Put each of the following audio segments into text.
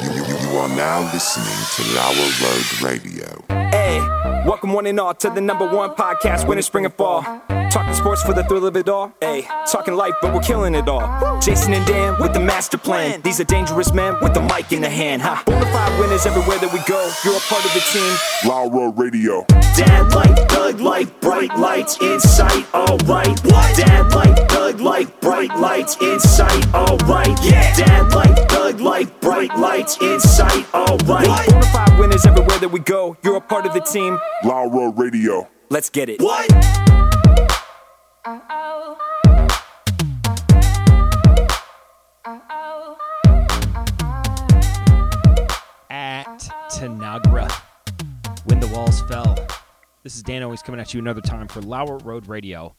You are now listening to Lower Road Radio. Hey, welcome one and all to the number one podcast, winter, spring, and fall. Talking sports for the thrill of it all. Hey, talking life, but we're killing it all. Jason and Dan with the master plan. These are dangerous men with the mic in the hand. Ha. Bonafide winners everywhere that we go. You're a part of the team. Laura Radio. Dad light, thug light, bright lights in sight, alright. Dad light, thug light, bright lights in sight, alright. Yeah. Dad light, thug light, bright lights in sight, alright. Bonafide winners everywhere that we go. You're a part of the team. Laura Radio. Let's get it. What? at Tanagra when the walls fell. This is Dan always coming at you another time for Lower Road Radio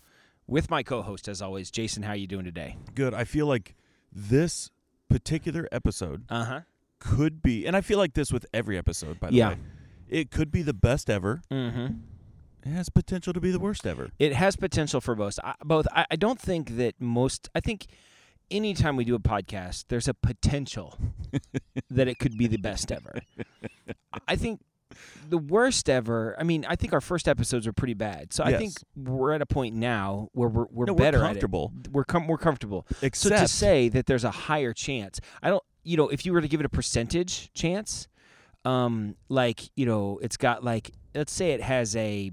with my co-host as always Jason how you doing today? good. I feel like this particular episode Uh-huh. could be, and I feel like this with every episode, by the Yeah. way. It could be the best ever. Mm-hmm. It has potential to be the worst ever. It has potential for both. I, both I, I don't think that most I think anytime we do a podcast there's a potential that it could be the best ever. I think the worst ever. I mean, I think our first episodes were pretty bad. So I Yes. think we're at a point now where we're we're No, we're better at it. comfortable. We're com- we're comfortable. so to Except- say that there's a higher chance. I don't. You know, if you were to give it a percentage chance, um, like you know, it's got like let's say it has a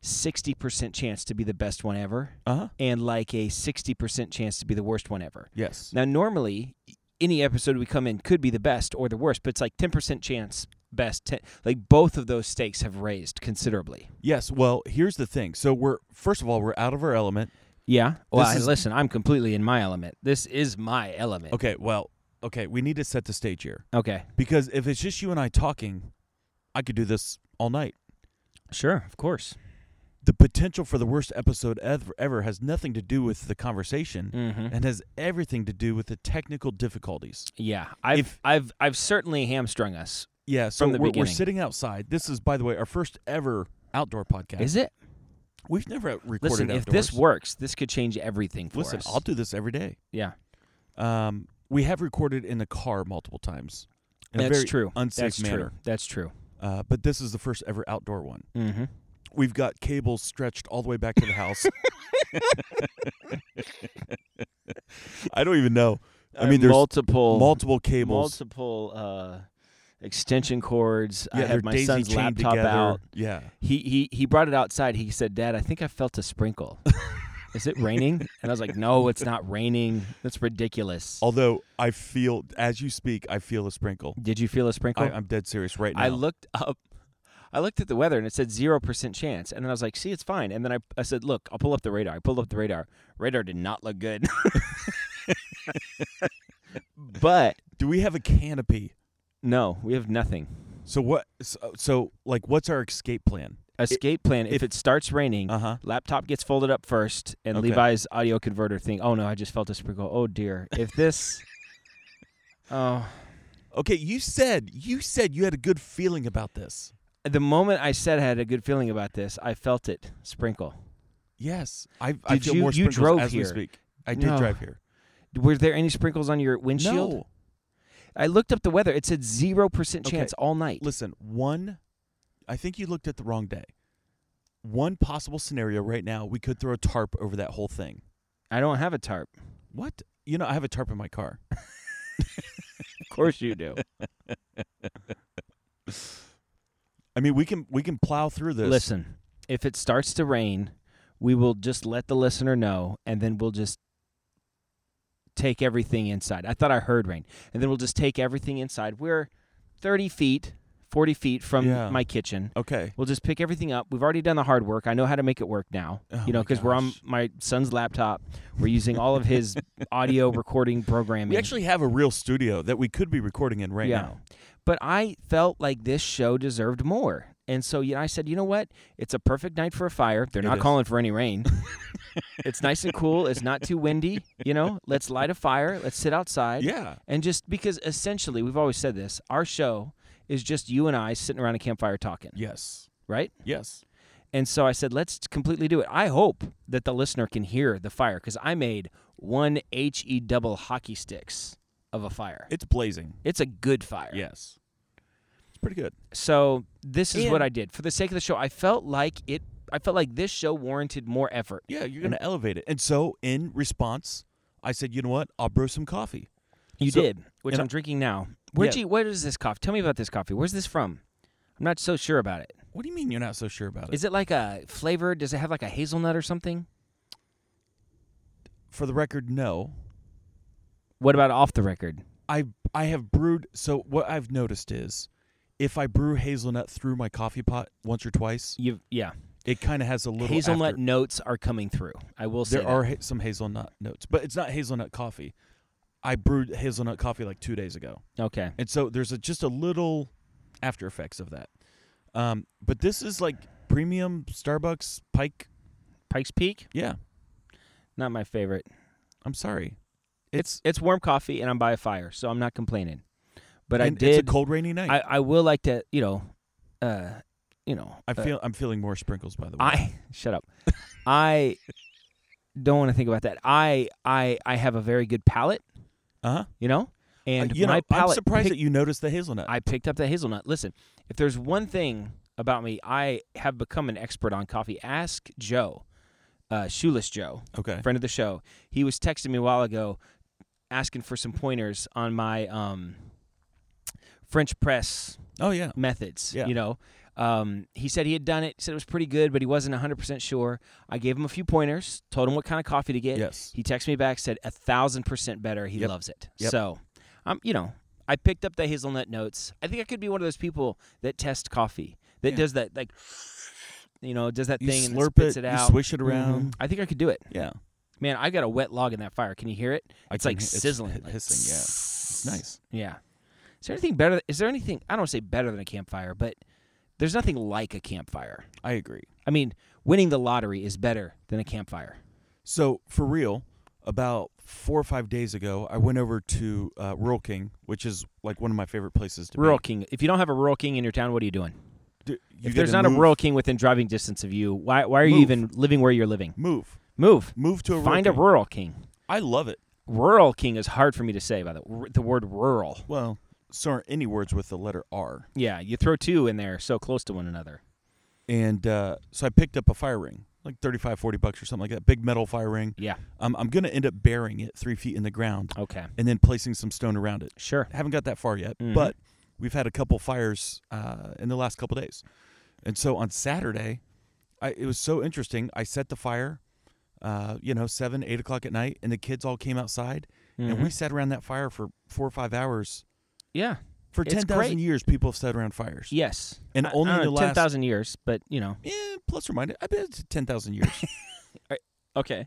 sixty percent chance to be the best one ever, Uh-huh. and like a sixty percent chance to be the worst one ever. Yes. Now, normally, any episode we come in could be the best or the worst, but it's like 10% chance best. 10, like both of those stakes have raised considerably. Yes. Well, here's the thing. So we're first of all, we're out of our element. Yeah. Well, This I- is- listen, I'm completely in my element. This is my element. Okay, well, okay, we need to set the stage here. Okay. Because if it's just you and I talking, I could do this all night. Sure. Of course. The potential for the worst episode ever, ever has nothing to do with the conversation and has everything to do with the technical difficulties. Yeah. I've If- I've I've certainly hamstrung us. Yeah, so from the we're, we're beginning. sitting outside. This is, by the way, our first ever outdoor podcast. Is it? We've never recorded Listen, if this outdoors. works, this could change everything for listen, us. I'll do this every day. yeah. Um, we have recorded in the car multiple times. In a That's very true. Unsafe That's true. manner. That's true. Uh, but this is the first ever outdoor one. Mm-hmm. We've got cables stretched all the way back to the house. I don't even know. I mean, there's Uh, multiple Uh, multiple cables. multiple uh, extension cords. I yeah, they're had my daisy son's chained laptop together. out. Yeah. He, he he brought it outside. He said, "Dad, I think I felt a sprinkle. Is it raining?" And I was like, "No, it's not raining. That's ridiculous." Although I feel, as you speak, I feel a sprinkle. Did you feel a sprinkle? I, I'm dead serious right now. I looked up. I looked at the weather and it said zero percent chance, and then I was like, "See, it's fine." And then I, I said, "Look, I'll pull up the radar." I pulled up the radar. Radar did not look good, but Do we have a canopy? no, we have nothing. So what? So, so like, what's our escape plan? escape plan if, if- it starts raining Uh-huh. laptop gets folded up first and Okay. levi's audio converter thing oh no i just felt a sprinkle oh dear if this oh Okay, you said you said you had a good feeling about this. the moment i said i had a good feeling about this i felt it sprinkle Yes, I. I Did feel you- more you sprinkles drove as here. we speak. I did No. drive here. were there any sprinkles on your windshield No, i looked up the weather it said 0% Okay. chance all night listen. One, I think you looked at the wrong day. One possible scenario right now, we could throw a tarp over that whole thing. i don't have a tarp What? You know, I have a tarp in my car. of course you do I mean, we can we can plow through this. listen if it starts to rain we will just let the listener know and then we'll just take everything inside i thought i heard rain and then we'll just take everything inside we're 30 feet 40 feet from Yeah. my kitchen Okay. we'll just pick everything up we've already done the hard work i know how to make it work now Oh you know my because we're on gosh. my son's laptop we're using all of his audio recording programming We actually have a real studio that we could be recording in right now. but I felt like this show deserved more. And so you know, I said, you know what? It's a perfect night for a fire. They're not is. calling for any rain. it's nice and cool. It's not too windy. You know, let's light a fire. Let's sit outside. Yeah. And just because essentially, we've always said this our show is just you and I sitting around a campfire talking, Yes. right? Yes. And so I said, let's completely do it. I hope that the listener can hear the fire because I made one HE double hockey sticks of a fire. It's blazing. It's a good fire. Yes. pretty good. So this is what And- I did for the sake of the show. I felt like it. I felt like this show warranted more effort. Yeah, you're gonna elevate it. And so, in response, I said, you know what? I'll brew some coffee. You So- did, which and I'm I- drinking now. Where'd Yeah. you? Where is this coffee? Tell me about this coffee. Where's this from? I'm not so sure about it. What do you mean you're not so sure about it? Is it like a flavor? Does it have like a hazelnut or something? For the record, no. What about off the record? I I have brewed. So what I've noticed is, if I brew hazelnut through my coffee pot once or twice, You yeah. it kind of has a little Hazelnut after- notes are coming through. I will say there that. are ha- some hazelnut notes, but it's not hazelnut coffee. I brewed hazelnut coffee like two days ago, Okay. and so there's a, just a little after effects of that. Um, but this is like premium Starbucks Pike. Pike's Peak, Yeah, not my favorite. I'm sorry. It's it's warm coffee and I'm by a fire, so I'm not complaining. But I and did. It's a cold, rainy night. I I will like to you know, uh, you know. I uh, feel I'm feeling more sprinkles by the way. I shut up. I don't want to think about that. I I I have a very good palate, uh-huh. you know, and Uh, you my know, palate. I'm surprised picked- that you noticed the hazelnut. I picked up the hazelnut. Listen, if there's one thing about me, I have become an expert on coffee. Ask Joe, uh, Shoeless Joe, okay. friend of the show. He was texting me a while ago, asking for some pointers on my um, French press Oh yeah. methods. Yeah. You know, um, he said he had done it. Said it was pretty good, but he wasn't 100 percent sure. I gave him a few pointers. Told him what kind of coffee to get. Yes. He texted me back. Said a thousand percent better. He Yep. loves it. Yep. So, um, you know, I picked up the hazelnut notes. I think I could be one of those people that test coffee. That Yeah. does that like. You know, does that You thing and slurp spits it, it, you out. swish it around. Mhm. I think I could do it. Yeah. Man, I got a wet log in that fire. Can you hear it? I It's can like hear- it's sizzling. hi- like, hissing, yeah. It's nice. yeah. Is there anything better? Is there anything? I don't wanna say better than a campfire, but there's nothing like a campfire. I agree. I mean, winning the lottery is better than a campfire. So for real, about four or five days ago, I went over to uh, Rural King, which is like one of my favorite places to Rural be. king. If you don't have a rural king in your town, what are you doing? D- you if there's gotta not move- a rural king within driving distance of you, why why are you Move. even living where you're living? move, Move. move to a Find rural a rural king. King. I love it. Rural king is hard for me to say by the r- the word rural. Well, sorry, any words with the letter R. Yeah, you throw two in there so close to one another. And uh, so I picked up a fire ring, like 35, 40 bucks or something like that, big metal fire ring. Yeah. Oh. Um, I'm gonna end up burying it three feet in the ground, Okay. and then placing some stone around it. Sure. haven't got that far yet, Mhm. but we've had a couple fires uh, in the last couple days, and so on Saturday, I, it was so interesting. I set the fire, uh, you know, seven, eight o'clock at night, and the kids all came outside, and Mm-hmm. we sat around that fire for four or five hours. Yeah. For It's ten thousand great. years, people have sat around fires. Yes. And I- I only don't know, the last- 10,000 years, but you know. Eh, plus or minus, I bet it's ten thousand years. Okay.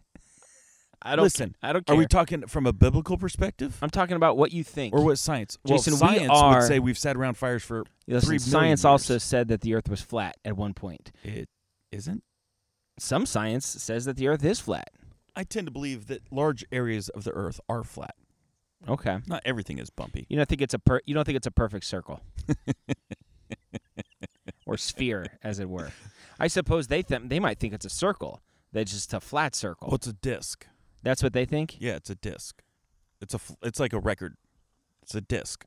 I don't Listen, I don't care. Are we talking from a biblical perspective, I'm talking about what you think. or what science? Jason, we well, science are- would say we've sat around fires for Listen, three. million science years. also said that the earth was flat at one point. it isn't. Some science says that the earth is flat. I tend to believe that large areas of the earth are flat. Okay. Not everything is bumpy. You don't think it's a per- you don't think it's a perfect circle. or sphere as it were. I suppose they th- they might think it's a circle. That's just a flat circle. Well, Oh, it's a disc. That's what they think? Yeah, it's a disc. It's a fl- it's like a record. It's a disc.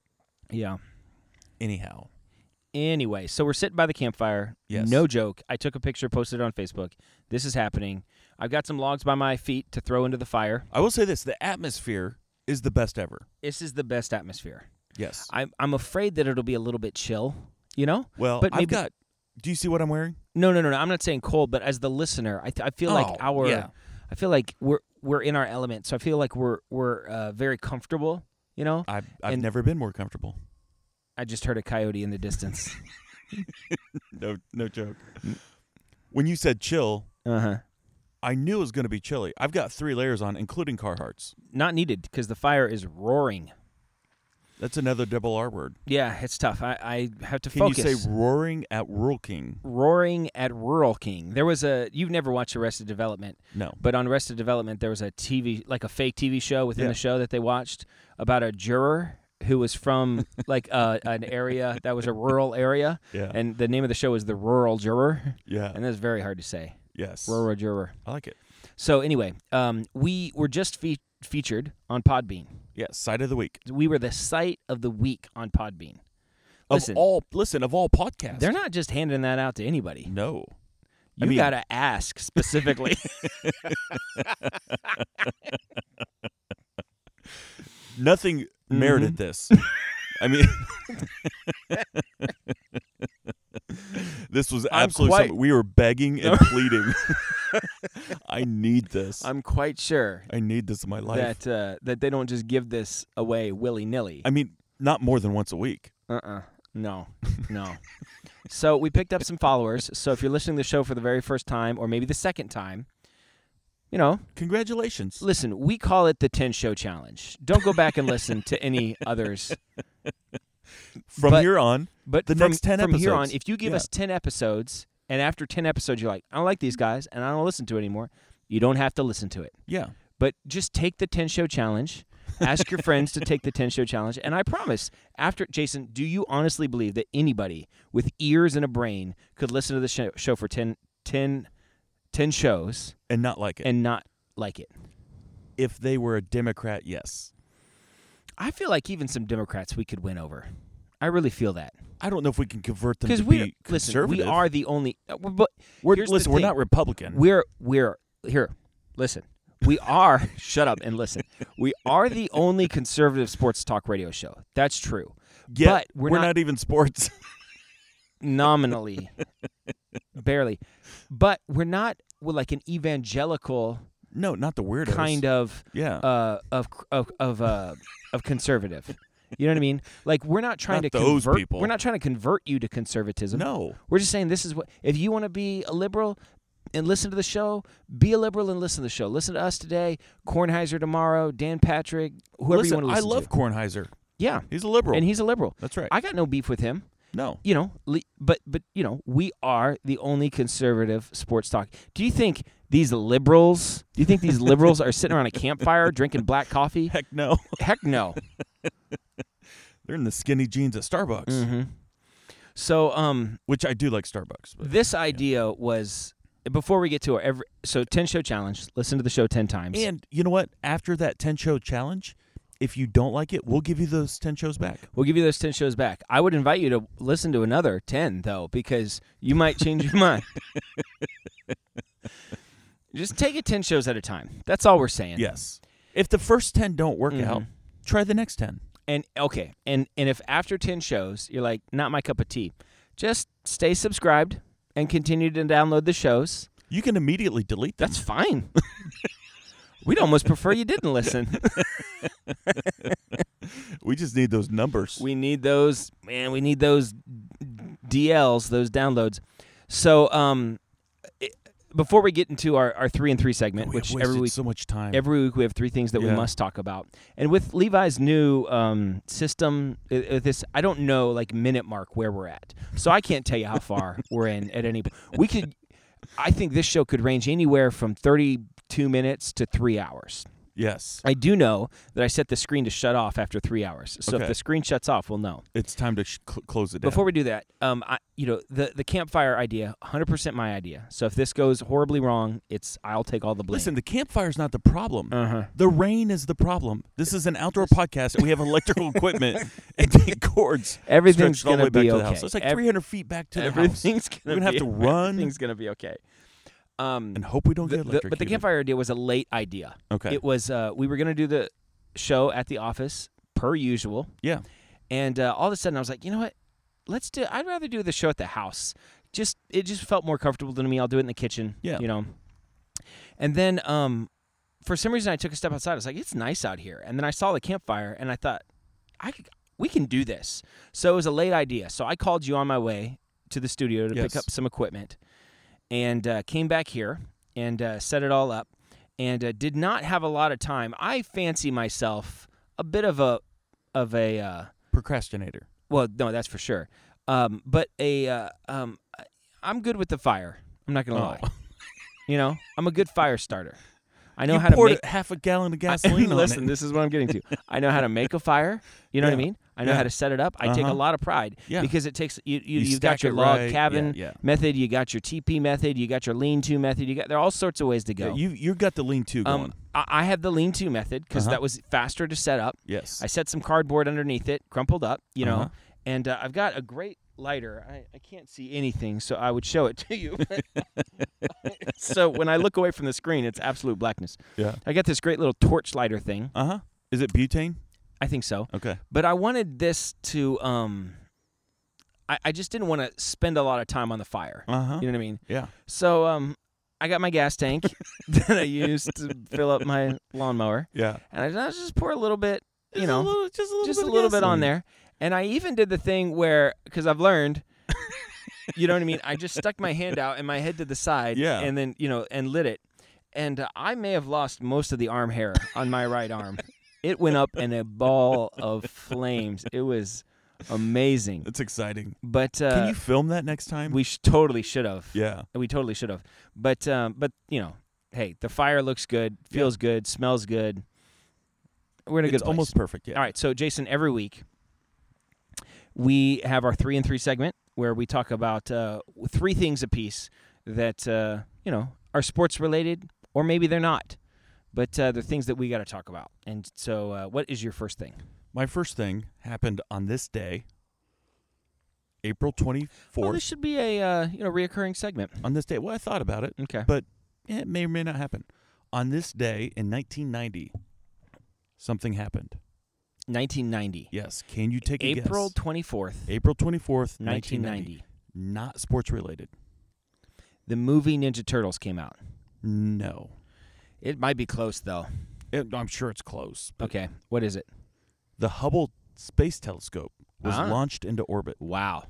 Yeah. Anyhow, Anyway, so we're sitting by the campfire. Yes. No joke. I took a picture, posted it on Facebook. This is happening. I've got some logs by my feet to throw into the fire. I will say this: the atmosphere is the best ever. This is the best atmosphere. Yes. I'm I'm afraid that it'll be a little bit chill, you know? well, but I've maybe- got. Do you see what I'm wearing? No, no, no, no. I'm not saying cold, but as the listener, I, th- I feel like Oh, our yeah. I feel like we're we're in our element. So I feel like we're we're uh, very comfortable, you know? I've I've And- never been more comfortable. I just heard a coyote in the distance. No, no joke. when you said chill, uh-huh. I knew it was going to be chilly. I've got three layers on, including Carhartts. Not needed cuz the fire is roaring. That's another double R word. Yeah, it's tough. I, I have to Can focus. you say roaring at Rural King? Roaring at Rural King. There was a you've never watched Arrested Development. No. But on Arrested Development there was a TV like a fake TV show within Yeah. the show that they watched about a juror who was from like uh, an area that was a rural area. Yeah. And the name of the show was The Rural Juror. Yeah. And that's very hard to say. yes. Rural Juror. I like it. So anyway, um, we were just fe- featured on Podbean. Yeah, side of the week. We were the site of the week on Podbean. Listen. of all listen of all podcasts. They're not just handing that out to anybody. no. You mean- gotta ask specifically. Nothing merited this. I mean, this was I'm absolutely quite- something we were begging and pleading. I need this. i I'm quite sure need this in my life. that uh, that they don't just give this away willy nilly. I mean, not more than once a week. Uh-uh. No. No. so we picked up some followers. So if you're listening to the show for the very first time or maybe the second time, you know, Congratulations. listen, we call it the 10 show challenge. Don't go back and listen to any others. From but- here on, But The from, next 10 from here on, episodes. if you give Yeah. us 10 episodes and after 10 episodes you're like, I don't like these guys and I don't listen to it anymore, you don't have to listen to it. yeah. But just take the 10 show challenge. Ask your friends to take the 10 show challenge. And I promise, after Jason, do you honestly believe that anybody with ears and a brain could listen to the show, show for 10, 10 10 shows And not like it. and not like it? if they were a Democrat, yes. I feel like even some Democrats we could win over. I really feel that. I don't know if we can convert them Because to we be listen, conservative. we are the only. uh, we're- But We're- here's the listen, we're thing. not Republican. We're we're here. Listen, we are. shut up and listen. We are the only conservative sports talk radio show. That's true. Yet but we're, not, not, even sports. nominally, barely, but we're not we're like an evangelical no, not the weirdos. kind of Yeah. uh, of of of uh, of conservative. You know what I mean? Like we're not trying Not to those convert. people. We're not trying to convert you to conservatism. no. We're just saying this is what if you want to be a liberal and listen to the show, be a liberal and listen to the show. Listen to us today, Kornheiser tomorrow, Dan Patrick, whoever listen, you want to listen I love to. Kornheiser. Yeah. He's a liberal. And he's a liberal. That's right. I got no beef with him. no. You know, le- but but you know, we are the only conservative sports talk. Do you think these liberals, do you think these liberals are sitting around a campfire drinking black coffee? Heck no. Heck no. They're in the skinny jeans at Starbucks, Mm-hmm. So, um which I do like Starbucks. But. this idea was before we get to our every so 10 show challenge, listen to the show 10 times. And you know what? After that 10 show challenge, if you don't like it, we'll give you those 10 shows back. We'll give you those 10 shows back. I would invite you to listen to another 10, though, because you might change your mind. Just take it 10 shows at a time. That's all we're saying. Yes. Mm-hmm. If the first 10 don't work out, try the next 10. And okay. And and if after 10 shows you're like not my cup of tea, just stay subscribed and continue to download the shows. You can immediately delete them. That's fine. We'd almost prefer you didn't listen. we just need those numbers. We need those, man. We need those DLs, those downloads. So, um, it, before we get into our, our three and three segment, We have which wasted every week so much time. every week we have three things that we Yeah. must talk about, and with Levi's new um, system, i- i- this I don't know like minute mark where we're at, so I can't tell you how far we're in at any. We could, I think this show could range anywhere from thirty two minutes to three hours. yes. I do know that I set the screen to shut off after three hours. So if Okay. the screen shuts off, we'll know. It's time to sh- cl- close it down. Before we do that, um, I, you know, the the campfire idea, 100% my idea. So if this goes horribly wrong, it's I'll take all the blame. Listen, the campfire's not the problem. Uh-huh. The rain is the problem. This is an outdoor podcast, and we have electrical equipment and big cords. Everything's stretched all gonna the way back be to the okay. house. It's like Ev- 300 feet back to the house. everything's We're gonna gonna have be- to run. Everything's gonna be okay. Um, and hope we don't the- get the- electrocuted. but the campfire idea was a late idea. Okay. It was uh, we were gonna do the show at the office per usual, yeah. and uh, all of a sudden I was like, you know what? Let's do. I'd rather do the show at the house. Just it just felt more comfortable to me. I'll do it in the kitchen. Yeah. You know. And then um, for some reason I took a step outside. I was like, it's nice out here. And then I saw the campfire and I thought, I could, we can do this. So it was a late idea. So I called you on my way to the studio to Yes. pick up some equipment, and uh, came back here and uh, set it all up, and uh, did not have a lot of time. I fancy myself a bit of a of a uh, Procrastinator. well, no, that's for sure. Um, but a uh, um, I- I'm good with the fire. I'm not gonna lie. Oh. You know, I'm a good fire starter. I know you how to poured make. half a gallon of I- gasoline on listen, it. this is what I'm getting to. I know how to make a fire. You know what I Yeah. mean? I know how Yeah. to set it up. I take a Uh-huh. lot of pride Yeah. because it takes you. you You have got stack your it log right. Yeah, cabin yeah. method. You got your TP method. You got your lean-to method. You got there are all sorts of ways to go. Yeah, you you got the lean to going. um, I, I have the lean-to method because Uh-huh. that was faster to set up. yes. I set some cardboard underneath it, crumpled up, you know, Uh-huh. And uh, I've got a great lighter. I, I can't see anything, so I would show it to you. so when I look away from the screen, it's absolute blackness. Yeah. I got this great little torch lighter thing. Uh huh. Is it butane? I think so. Okay. But I wanted this to. um I, I just didn't want to spend a lot of time on the fire. Uh huh. You know what I mean? Yeah. So um, I got my gas tank that I used to fill up my lawnmower, Yeah. and I just- I just pour a little bit, you Just a know, little- just a little, just bit a of little bit on gasoline. there. And I even did the thing where, because I've learned, you know what I mean. I just stuck my hand out and my head to the side, Yeah. and then you know, and lit it. And uh, I may have lost most of the arm hair on my right arm. It went up in a ball of flames. It was amazing. That's exciting. But uh, Can you film that next time? we sh- totally should have. yeah. We totally should have. But um, but you know, hey, the fire looks good, Yeah. feels good, smells good. We're in a It's good place. almost perfect. Yeah. All right, so Jason, every week we have our three and three segment where we talk about uh, three things apiece that uh, you know are sports related or maybe they're not, but uh, they're things that we got to talk about. And so, uh, what is your first thing? My first thing happened on this day, April twenty Well, fourth. this should be a uh, you know reoccurring segment. on this day, well, I thought about it, Okay. but it may or may not happen. On this day in 1990, something happened. 1990, Yes. Can you take a April guess? 24th, April 24th, 1990. 1990. Not sports related. the movie Ninja Turtles came out. No. It might be close though. It- I'm sure it's close. Okay, what is it? The Hubble Space Telescope was Ah. launched into orbit. Wow.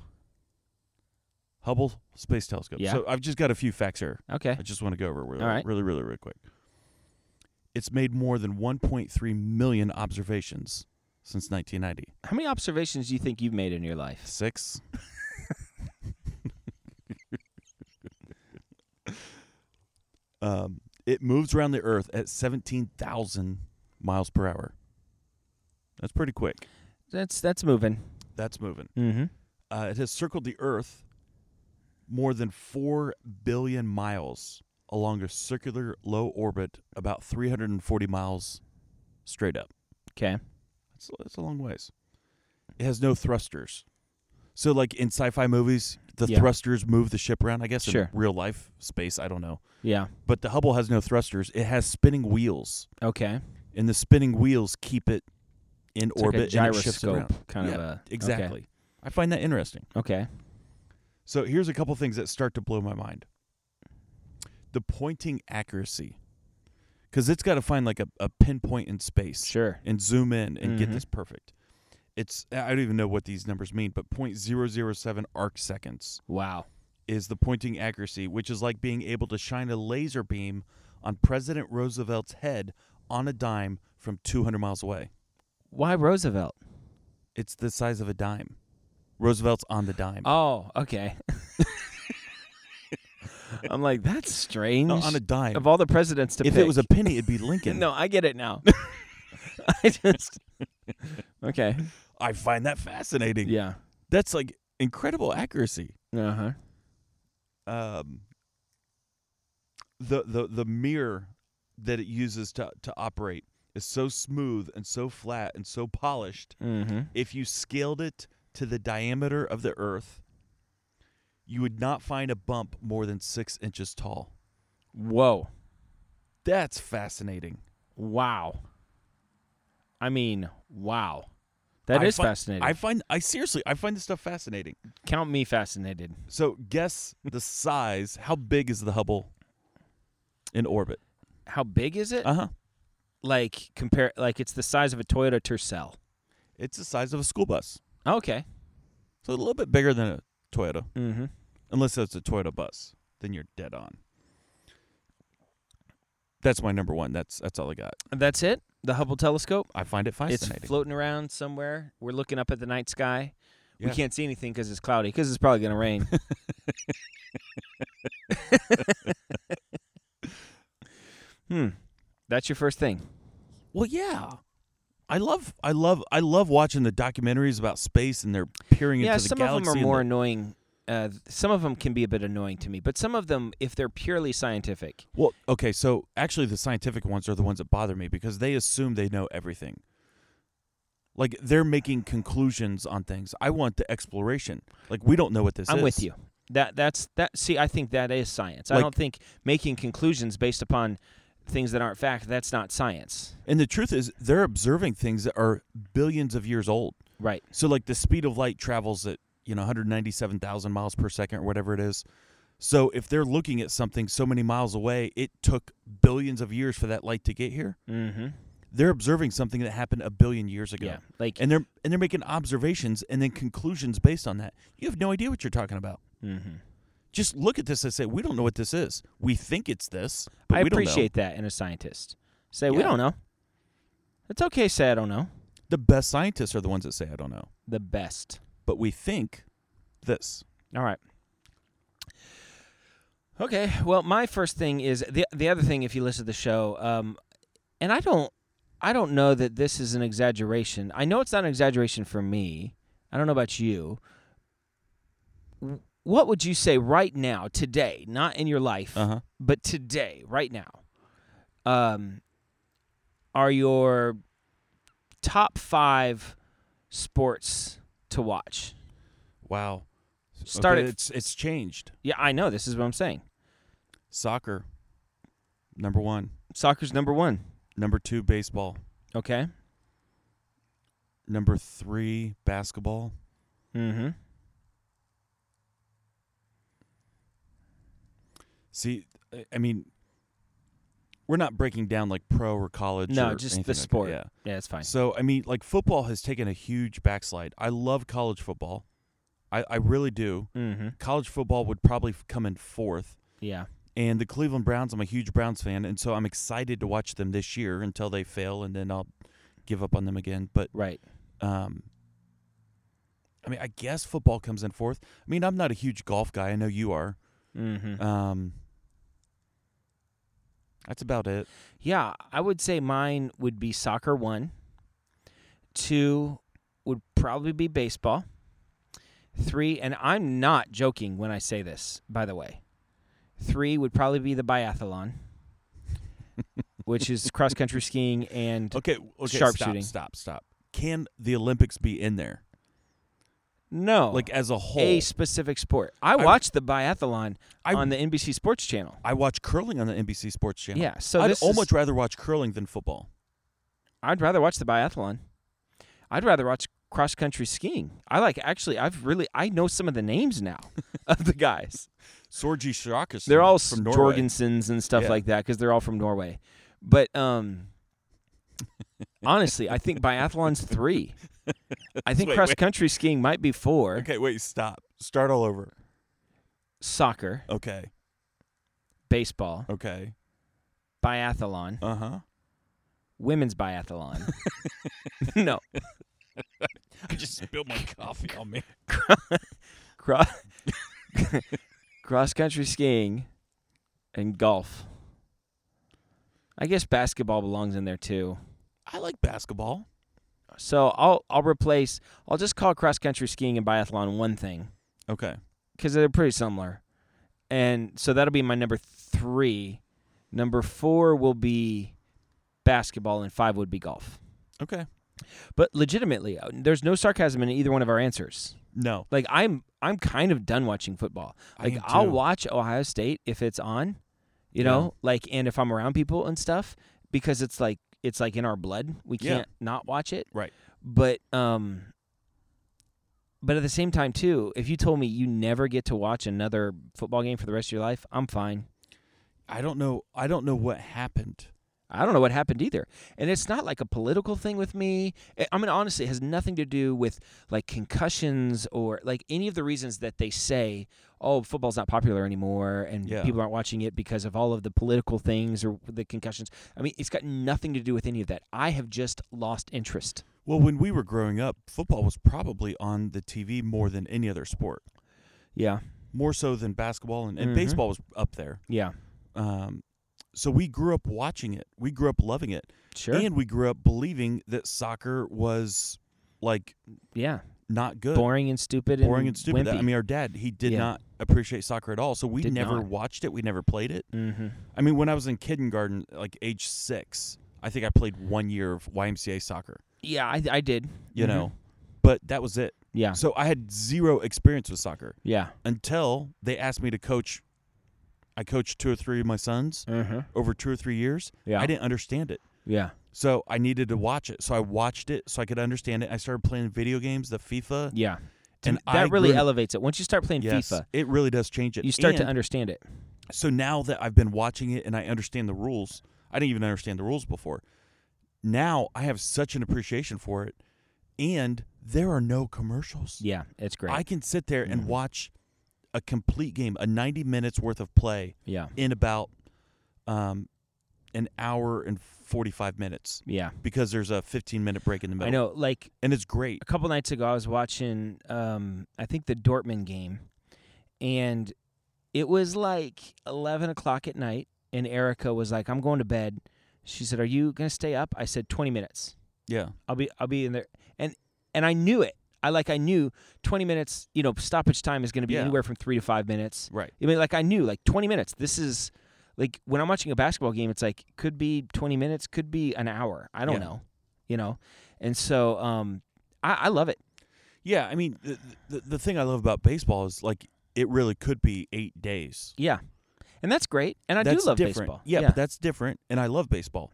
Hubble Space Telescope. Yeah. So I've just got a few facts here. Okay. I just want to go over really, All right. really, really, really quick. It's made more than 1.3 million observations since 1990. How many observations do you think you've made in your life? Six. um, it moves around the Earth at 17,000 miles per hour. That's pretty quick. That's that's moving. That's moving. Mm-hmm. Uh, it has circled the Earth more than 4 billion miles along a circular low orbit, about 340 miles straight up. Okay. That's, that's a long ways. It has no thrusters. So, like in sci fi movies, the Yeah. thrusters move the ship around. I guess Sure. in real life space, I don't know. Yeah. But the Hubble has no thrusters. It has spinning wheels, Okay. and the spinning wheels keep it in It's orbit like a and it shifts gyroscope around. kind of Yeah, a Exactly. I find that interesting. Okay. okay. So here's a couple things that start to blow my mind. The pointing accuracy, because it's got to find like a, a pinpoint in space Sure. and zoom in and get Mhm. this perfect. It's I don't even know what these numbers mean, but 0.007 arc seconds Wow. is the pointing accuracy, which is like being able to shine a laser beam on President Roosevelt's head on a dime from 200 miles away. Why Roosevelt? It's the size of a dime. Roosevelt's on the dime. Oh, okay. I'm like, that's strange. No, on a dime. of all the presidents to if pick. it was a penny, it'd be Lincoln. no, I get it now. I just Okay. I find that fascinating. Yeah. That's like incredible accuracy. Uh huh. Um, the the the mirror that it uses to to operate is so smooth and so flat and so polished. Mm-hmm. If you scaled it to the diameter of the Earth, you would not find a bump more than six inches tall. Whoa. That's fascinating. Wow. I mean, wow. That is I fi- fascinating. I find I seriously I find this stuff fascinating. Count me fascinated. So guess the size. How big is the Hubble in orbit? How big is it? Uh huh. like compare like it's the size of a Toyota Tercel. It's the size of a school bus. Okay. So a little bit bigger than a Toyota, Mm-hmm. unless it's a Toyota bus, then you're dead on. That's my number one. That's that's all I got. That's it. The Hubble telescope. I find it It's fascinating. floating around somewhere. We're looking up at the night sky. Yeah. We can't see anything because it's cloudy. Because it's probably gonna rain. hmm. That's your first thing. well, yeah. I love I love I love watching the documentaries about space and they're peering yeah, into the some of them galaxy. are and more the- annoying. Uh, th- some of them can be a bit annoying to me, but some of them, if they're purely scientific, well, okay, so actually the scientific ones are the ones that bother me because they assume they know everything. Like they're making conclusions on things. I want the exploration. Like we don't know what this is. I'm with you. That that's that. See, I think that is science. I Like- don't think making conclusions based upon things that aren't fact. That's not science, And the truth is, they're observing things that are billions of years old. right? So like the speed of light travels at you know 197,000 miles per second or whatever it is. So if they're looking at something so many miles away, it took billions of years for that light to get here. Mm-hmm. They're observing something that happened a billion years ago. Yeah, like- and they're and they're making observations and then conclusions based on that. You have no idea what you're talking about. Mm-hmm. Just look at this and say, we don't know what this is. We think it's this, but I we don't know." appreciate that in a scientist. Say we Yeah. don't know. It's okay. Say I don't know. The best scientists are the ones that say, I don't know, The best. but we think this. All right. Okay. Well, my first thing is the the other thing. If you listen to the show, um, and I don't, I don't know that this is an exaggeration. I know it's not an exaggeration for me. I don't know about you. W- What would you say right now, today, not in your life, Uh huh. but today, right now, um, are your top five sports to watch? Wow. Start at- it's it's changed. Yeah, I know. This is what I'm saying. Soccer, number one. Soccer's number one. Number two, baseball. Okay. Number three, basketball. Mm-hmm. See, I- I mean, we're not breaking down like pro or college. No, or just anything the like that. sport. Yeah. yeah, it's fine. So I mean, like football has taken a huge backslide. I love college football. I, I really do. Mm-hmm. College football would probably f- come in fourth. Yeah. And the Cleveland Browns, I'm a huge Browns fan, and so I'm excited to watch them this year until they fail, and then I'll give up on them again. But Right. um I mean, I guess football comes in fourth. I mean, I'm not a huge golf guy. I know you are. Mm-hmm. Um That's about it. yeah, I would say mine would be soccer one. Two would probably be baseball. Three, and I'm not joking when I say this, by the way. Three would probably be the biathlon, which is cross country skiing and Okay, okay. Sharp stop, shooting. Stop. Stop. Can the Olympics be in there? no, Like as a whole. Oh. a specific sport. I watched the biathlon I- on the NBC Sports Channel. I watch curling on the NBC Sports Channel. Yeah, so I'd this is- almost rather watch curling than football. I'd rather watch the biathlon. I'd rather watch cross country skiing. I like actually. I've really I know some of the names now of the guys. Sorgi Shirakis. They're all from Norway. Jorgensens and stuff Yeah. like that because they're all from Norway. But um, honestly, I think biathlon's three. I think Wait, cross country skiing might be four. Okay, wait, stop. Start all over. Soccer, Okay. baseball, Okay. biathlon, Uh-huh. women's biathlon. no, I just spilled my coffee on me. cross cross country skiing and golf. I guess basketball belongs in there too. I like basketball. So I'll I'll replace I'll just call cross country skiing and biathlon one thing Okay. because they're pretty similar, and so that'll be my number three. Number four will be basketball, and five would be golf. Okay. But legitimately, uh, there's no sarcasm in either one of our answers. No. Like I'm I'm kind of done watching football. I Like am I'll too. watch Ohio State if it's on, you know, like and if I'm around people and stuff because it's like it's like in our blood. We Yeah. can't not watch it. Right. But um but at the same time too, if you told me you never get to watch another football game for the rest of your life, I'm fine. I don't know. I don't know what happened. I don't know what happened either. And it's not like a political thing with me. I- I mean, honestly, it has nothing to do with like concussions or like any of the reasons that they say, oh, football's not popular anymore and Yeah. people aren't watching it because of all of the political things or the concussions. I mean, it's got nothing to do with any of that. I have just lost interest. Well, when we were growing up, football was probably on the TV more than any other sport, Yeah. more so than basketball, and, and Mhm. baseball was up there. Yeah. Um, so we grew up watching it. We grew up loving it, Sure. and we grew up believing that soccer was like yeah. not good, Boring and stupid and boring and stupid. wimpy. I mean, our dad he did Yeah. not appreciate soccer at all, so we Did never not. watched it. We never played it. mm-hmm. I mean, when I was in kindergarten, like age six, I think I played one year of YMCA soccer. Yeah, I, I did. you Mhm. know, but that was it. Yeah. So I had zero experience with soccer Yeah. until they asked me to coach. I coached two or three of my sons Uh-huh. over two or three years. Yeah. I didn't understand it. Yeah. So I needed to watch it. So I watched it so I could understand it. I started playing video games, the FIFA. Yeah. To And me- that I really grew- elevates it. Once you start playing Yes, FIFA, it really does change it. you start to And understand it. So now that I've been watching it and I understand the rules, I didn't even understand the rules before. Now I have such an appreciation for it. And there are no commercials. Yeah, Mm-hmm. it's great. I can sit there and watch a complete game, a 90 minutes worth of play yeah. in about um, an hour and 45 minutes Yeah. because there's a 15 minute break in the middle. I know. Like And it's great. a couple nights ago, I was watching, um, I think the Dortmund game, and it was like eleven o'clock at night, and Erica was like, "I'm going to bed." She said, "Are you gonna stay up?" I said, 20 minutes. Yeah. I'll be I'll be in there." And and I knew it. I like I knew 20 minutes. You know, stoppage time is gonna be Yeah. anywhere from three to five minutes. Right. I mean, like I knew, like twenty minutes. This is like when I'm watching a basketball game, it's like could be twenty minutes, could be an hour. I don't Yeah. know, you know. And so, um, I, I love it. Yeah. I mean, the, the, the thing I love about baseball is like it really could be eight days. Yeah, and that's great. And I that's do love different. baseball. Mm-hmm. Yeah, but that's different. And I love baseball.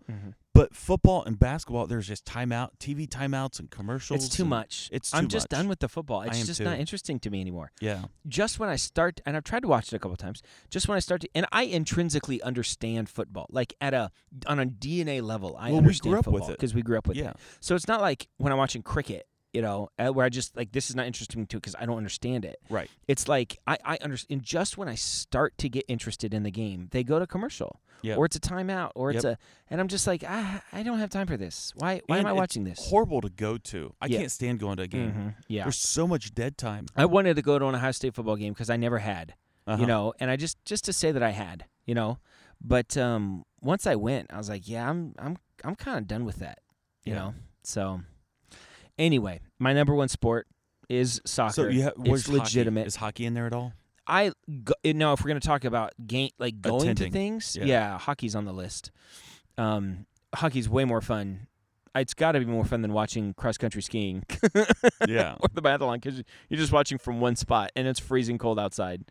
But football and basketball, there's just timeout, TV timeouts and commercials. it's too and- much. It's I'm too just much. done with the football. It's am just too. not interesting to me anymore. Yeah. Just when I start, and I've tried to watch it a couple times. Just when I start to, and I intrinsically understand football, like at a on a DNA level. I Well, we understand grew up with it. because we grew up with it. Yeah. So it's not like when I'm watching cricket, you know, uh, where I just like this is not interesting to because I don't understand it. Right. It's like I I understand. Just when I start to get interested in the game, they go to commercial. Yeah. Or it's a timeout, or it's Yep. a, and I'm just like, ah, I don't have time for this. Why? Why And am I it's watching this? Horrible to go to. I Yeah. can't stand going to a game. Mhm. Yeah. There's so much dead time. I wanted to go to an Ohio State football game because I never had, Uh-huh. you know, and I just just to say that I had, you know, but um, once I went, I was like, yeah, I'm I'm I'm kind of done with that, you Yeah. know. So anyway, my number one sport is soccer. So you ha- it's where's hockey? legitimate. Is hockey in there at all? I go, you know if we're gonna talk about game like going to Attending. things, Yeah. yeah. hockey's on the list. Um, hockey's way more fun. It's got to be more fun than watching cross country skiing Yeah. or the biathlon because you're just watching from one spot and it's freezing cold outside.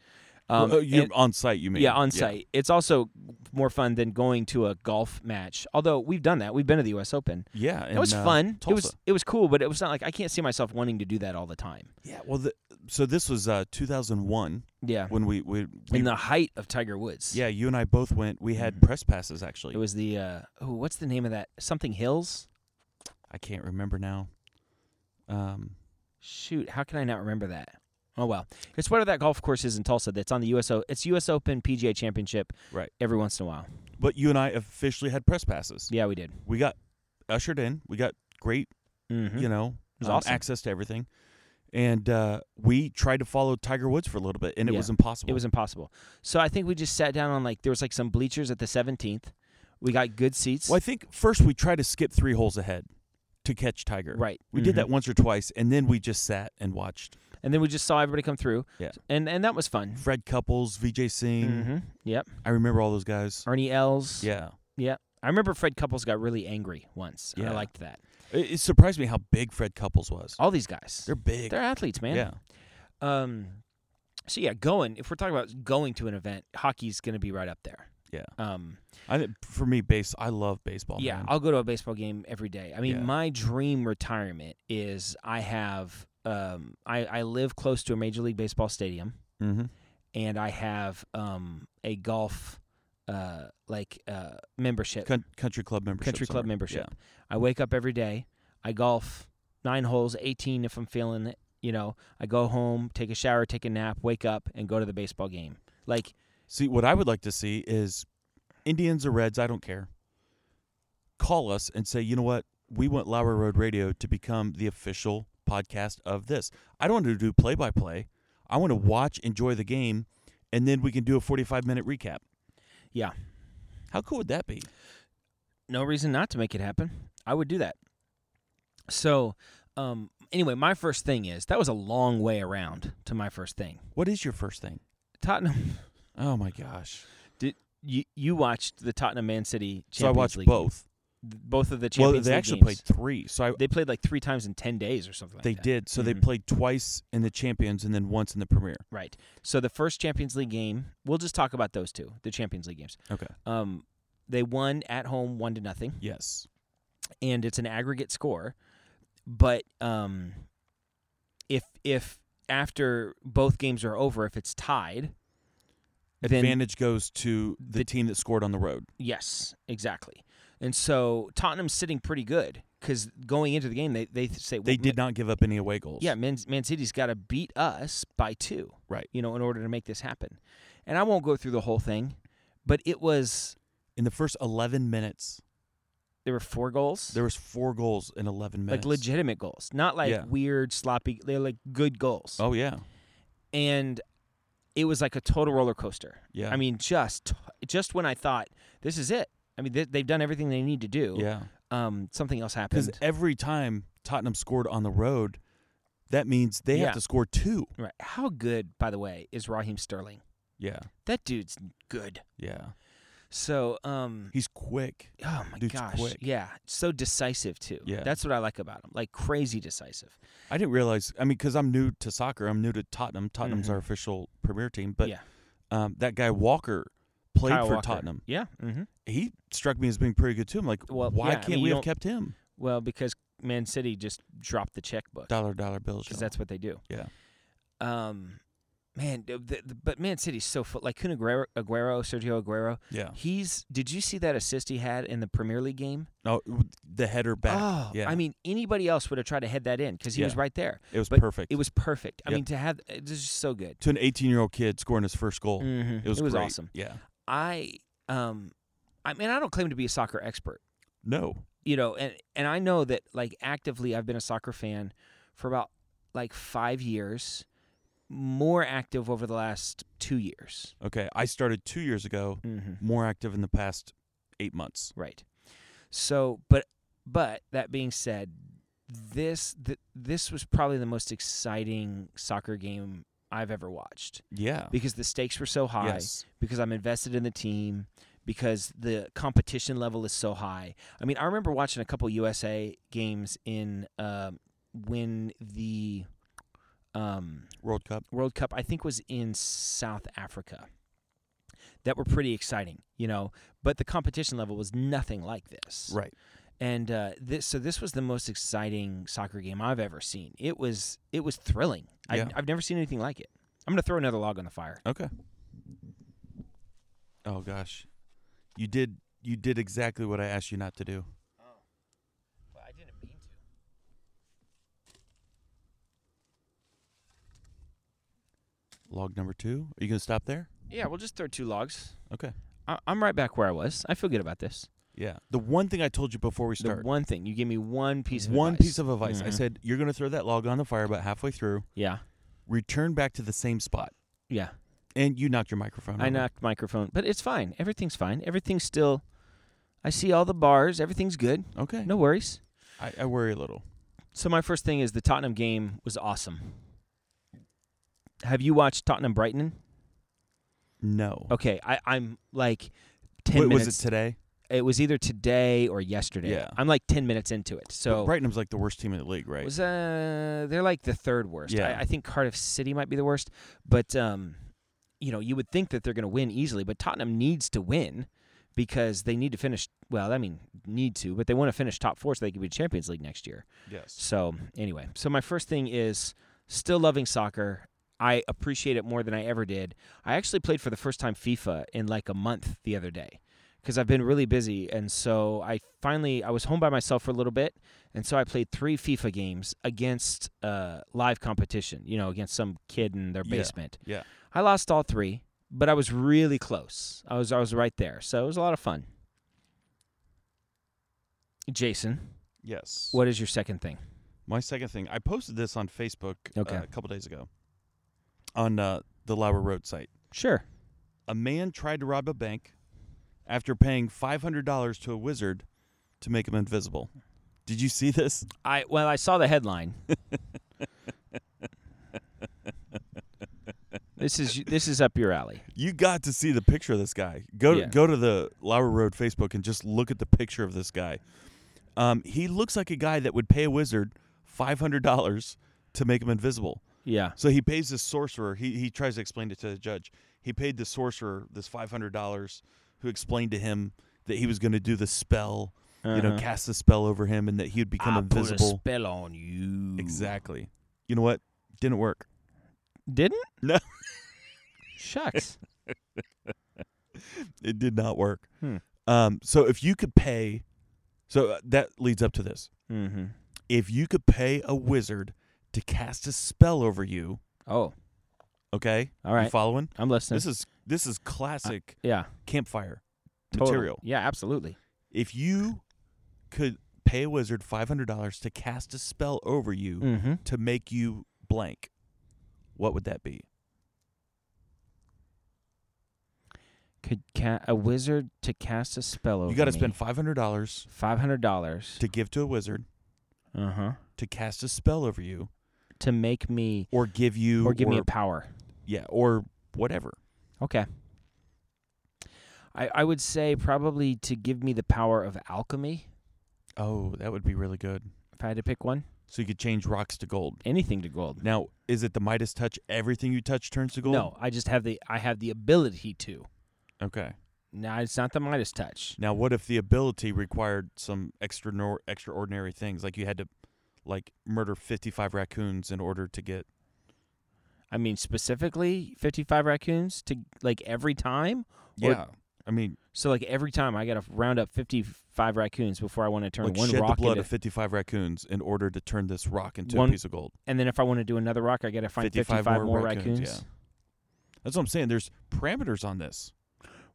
Um, Oh, you're and- on site, you mean? yeah, on site. It's also more fun than going to a golf match. Although we've done that, we've been to the U.S. Open. Yeah, It was in, uh, fun. It was Tulsa. it was cool, but it was not like I can't see myself wanting to do that all the time. Yeah, well, the, so this was uh, 2001 Yeah, when we we, we in the Mm-hmm. height of Tiger Woods. yeah you and I both went. We had press passes actually. it was the uh, oh, what's the name of that? Something Hills. I can't remember now. Um, Shoot, how can I not remember that? Oh well, it's whatever that golf course is in Tulsa. That's on the USO. It's U.S. Open PGA Championship. Right. Every once in a while. but you and I officially had press passes. Yeah, we did. we got ushered in. We got great, Mm-hmm. you know, was um, awesome. access to everything, and uh, we tried to follow Tiger Woods for a little bit, and it Yeah. was impossible. It was impossible. So I think we just sat down on like there was like some bleachers at the 17th. We got good seats. Well, I think first we tried to skip three holes ahead to catch Tiger. Right. We did Mhm. that once or twice, and then we just sat and watched And then we just saw everybody come through. Yeah. And and that was fun. Fred Couples, VJ Singh. Mm-hmm. Yep. I remember all those guys. Ernie Els. Yeah. Yeah. I remember Fred Couples got really angry once. And I Yeah. liked that. It, it surprised me how big Fred Couples was. All these guys. They're big. they're athletes, man. Yeah. Um so yeah, going if we're talking about going to an event, hockey's going to be right up there. Yeah. Um I, think- for me, base. I love baseball. yeah, man. I'll go to a baseball game every day. I mean, Yeah. my dream retirement is I have um I I live close to a major league baseball stadium. Mhm. Uh, and I have um, a golf uh, like uh, membership, Coun- country club membership. country club somewhere. membership. Yeah. I wake up every day. I golf nine holes, eighteen if I'm feeling it. You know, I go home, take a shower, take a nap, wake up, and go to the baseball game. Like, See, what I would like to see is Indians or Reds, I don't care. Call us and say, you know what? We want Lower Road Radio to become the official podcast of this. I don't want to do play by play. I want to watch, enjoy the game, and then we can do a 45 minute recap. yeah, How cool would that be? no reason not to make it happen. I would do that. So, um, anyway, my first thing is that was a long way around to my first thing. What is your first thing? Tottenham. Oh my gosh. Did you you watched the Tottenham Man City? Champions so I watched League game. both. th- both of the Well, Champions they League actually games. played three. So I, They played like three times in ten days or something. like they that. Mm-hmm. did. So they played twice in the Champions and then once in the Premier. Right. So the first Champions League game, we'll just talk about those two, the Champions League games. Okay. Um, they won at home one to nothing, Yes. and it's an aggregate score. But um, if if after both games are over, if it's tied, then Advantage goes to the, the- team that scored on the road. yes, exactly. And so Tottenham's sitting pretty good because going into the game, they they say They well, did not give up any away goals. Yeah, Man, Man City's got to beat us by two, Right. You know, in order to make this happen. And I won't go through the whole thing, but it was In the first 11 minutes, there were four goals, there was four goals in 11 minutes. like legitimate goals, not like Yeah. weird sloppy. They're like good goals, Oh yeah. and it was like a total roller coaster. Yeah. I mean, just just when I thought this is it, I mean, they, they've done everything they need to do. Yeah. um, something else Because happened. every time Tottenham scored on the road, that means they Yeah. have to score two. right? How good, by the way, is Raheem Sterling? Yeah. That dude's good. Yeah. So, um, He's quick. Oh my Dude's gosh! quick. Yeah, so decisive too. Yeah. that's what I like about him. Like crazy decisive. I didn't realize. I mean, because I'm new to soccer. I'm new to Tottenham. Tottenham's Mhm. our official Premier team, but yeah, um, that guy Walker played Kyle for Walker. Tottenham. Yeah. hmm He struck me as being pretty good too. I'm like, Well, why yeah, I can't mean, we you have don't- kept him? Well, because Man City just dropped the checkbook Dollar dollar bills. because y'all. that's what they do. Yeah. Um, man, th- th- th- but Man City's so full. Like Kun Aguero, Aguero, Sergio Aguero. yeah. He's. Did you see that assist he had in the Premier League game? No, Oh, the header back. Oh, yeah. I mean, anybody else would have tried to head that in because he was Yeah. right there. it was but perfect. It was perfect. I Yep. mean, to have it was just so good. to an 18 year old kid scoring his first goal. Mhm. It was it was great. awesome. Yeah. I um I mean I don't claim to be a soccer expert, No. you know, and and I know that like actively I've been a soccer fan for about like 5 years, more active over the last 2 years. Okay. I started two years ago. Mm-hmm. More active in the past eight months. Right. So, but but that being said, this th- this was probably the most exciting soccer game I've ever watched Yeah. because the stakes were so high. Yes. because I'm invested in the team, because the competition level is so high. I mean, I remember watching a couple USA games in um, when the um, World Cup. World Cup, I think, was in South Africa, that were pretty exciting, you know. But the competition level was nothing like this, Right. and uh, this so this was the most exciting soccer game I've ever seen. It was it was thrilling. Yeah. I, I've never seen anything like it. I'm gonna throw another log on the fire. Okay. Oh gosh, you did you did exactly what I asked you not to do. Oh. Well, I didn't mean to. Log number two. Are you gonna stop there? Yeah, we'll just throw two logs. Okay. I- I'm right back where I was. I feel good about this. Yeah. The one thing I told you before we The start. one thing you gave me one piece of one advice. piece of advice. I Mhm. said you're gonna throw that log on the fire about halfway through. yeah, Return back to the same spot, yeah. and you knocked your microphone. I over. knocked microphone, but it's fine. Everything's fine. Everything's still. I see all the bars. Everything's good. Okay. No worries. I, I worry a little. So my first thing is the Tottenham game was awesome. Have you watched Tottenham Brighton? No. Okay, I, I'm like ten Wait, minutes. was it today? It was either today or yesterday. Yeah. I'm like ten minutes into it. So Brightonham's like the worst team in the league, right? was uh they're like the third worst. Yeah. I, I think Cardiff City might be the worst, but um, you know, you would think that they're going to win easily, but Tottenham needs to win because they need to finish. Well, I mean, need to, but they want to finish top four so they can be Champions League next year. yes. So anyway, so my first thing is still loving soccer. I appreciate it more than I ever did. I actually played for the first time FIFA in like a month the other day because I've been really busy, and so I finally I was home by myself for a little bit, and so I played three FIFA games against uh, live competition. You know, against some kid in their Yeah. basement. Yeah. I lost all three, but I was really close. I was I was right there, so it was a lot of fun. Jason, Yes. what is your second thing? My second thing, I posted this on Facebook uh, Okay. a couple days ago on uh, the Lower Road site. Sure. A man tried to rob a bank after paying $500 to a wizard to make him invisible. Did you see this? I well, I saw the headline. This is this is up your alley. You got to see the picture of this guy. Go Yeah. to, go to the Lower Road Facebook and just look at the picture of this guy. Um, he looks like a guy that would pay a wizard five hundred dollars to make him invisible. Yeah. So he pays this sorcerer. He he tries to explain it to the judge. He paid the sorcerer this five hundred dollars, who explained to him that he was going to do the spell, you know, Uh-huh. cast the spell over him, and that he would become I invisible. put a spell on you. exactly. You know what? Didn't work. Didn't? No. Shucks. It did not work. Hmm. Um, so if you could pay, so uh, that leads up to this. mm-hmm. If you could pay a wizard to cast a spell over you, Oh, okay, all you right. Uh, following? I'm listening. This is this is classic yeah. campfire total. material. Yeah, absolutely. If you could pay a wizard five hundred dollars to cast a spell over you Mm-hmm. to make you blank, what would that be? Could ca- a wizard to cast a spell over you got to me. spend five hundred dollars five hundred dollars. to give to a wizard Uh huh. to cast a spell over you, To make me or give you, or give me a power. yeah, or whatever. Okay. I I would say probably to give me the power of alchemy. Oh, that would be really good. If I had to pick one, So you could change rocks to gold. anything to gold. Now, is it the Midas touch? Everything you touch turns to gold? No, I just have the I have the ability to. Okay. No, it's not the Midas touch. Now, what if the ability required some extra extraordinary things? Like you had to like murder 55 raccoons in order to get I mean specifically 55 raccoons to like every time. Or- I mean, So like every time I got to round up 55 raccoons before I want to turn like one shed the rock blood into of 55 raccoons in order to turn this rock into One- a piece of gold. and then if I want to do another rock, I got to find 55, more, raccoons. Yeah. That's what I'm saying. There's parameters on this.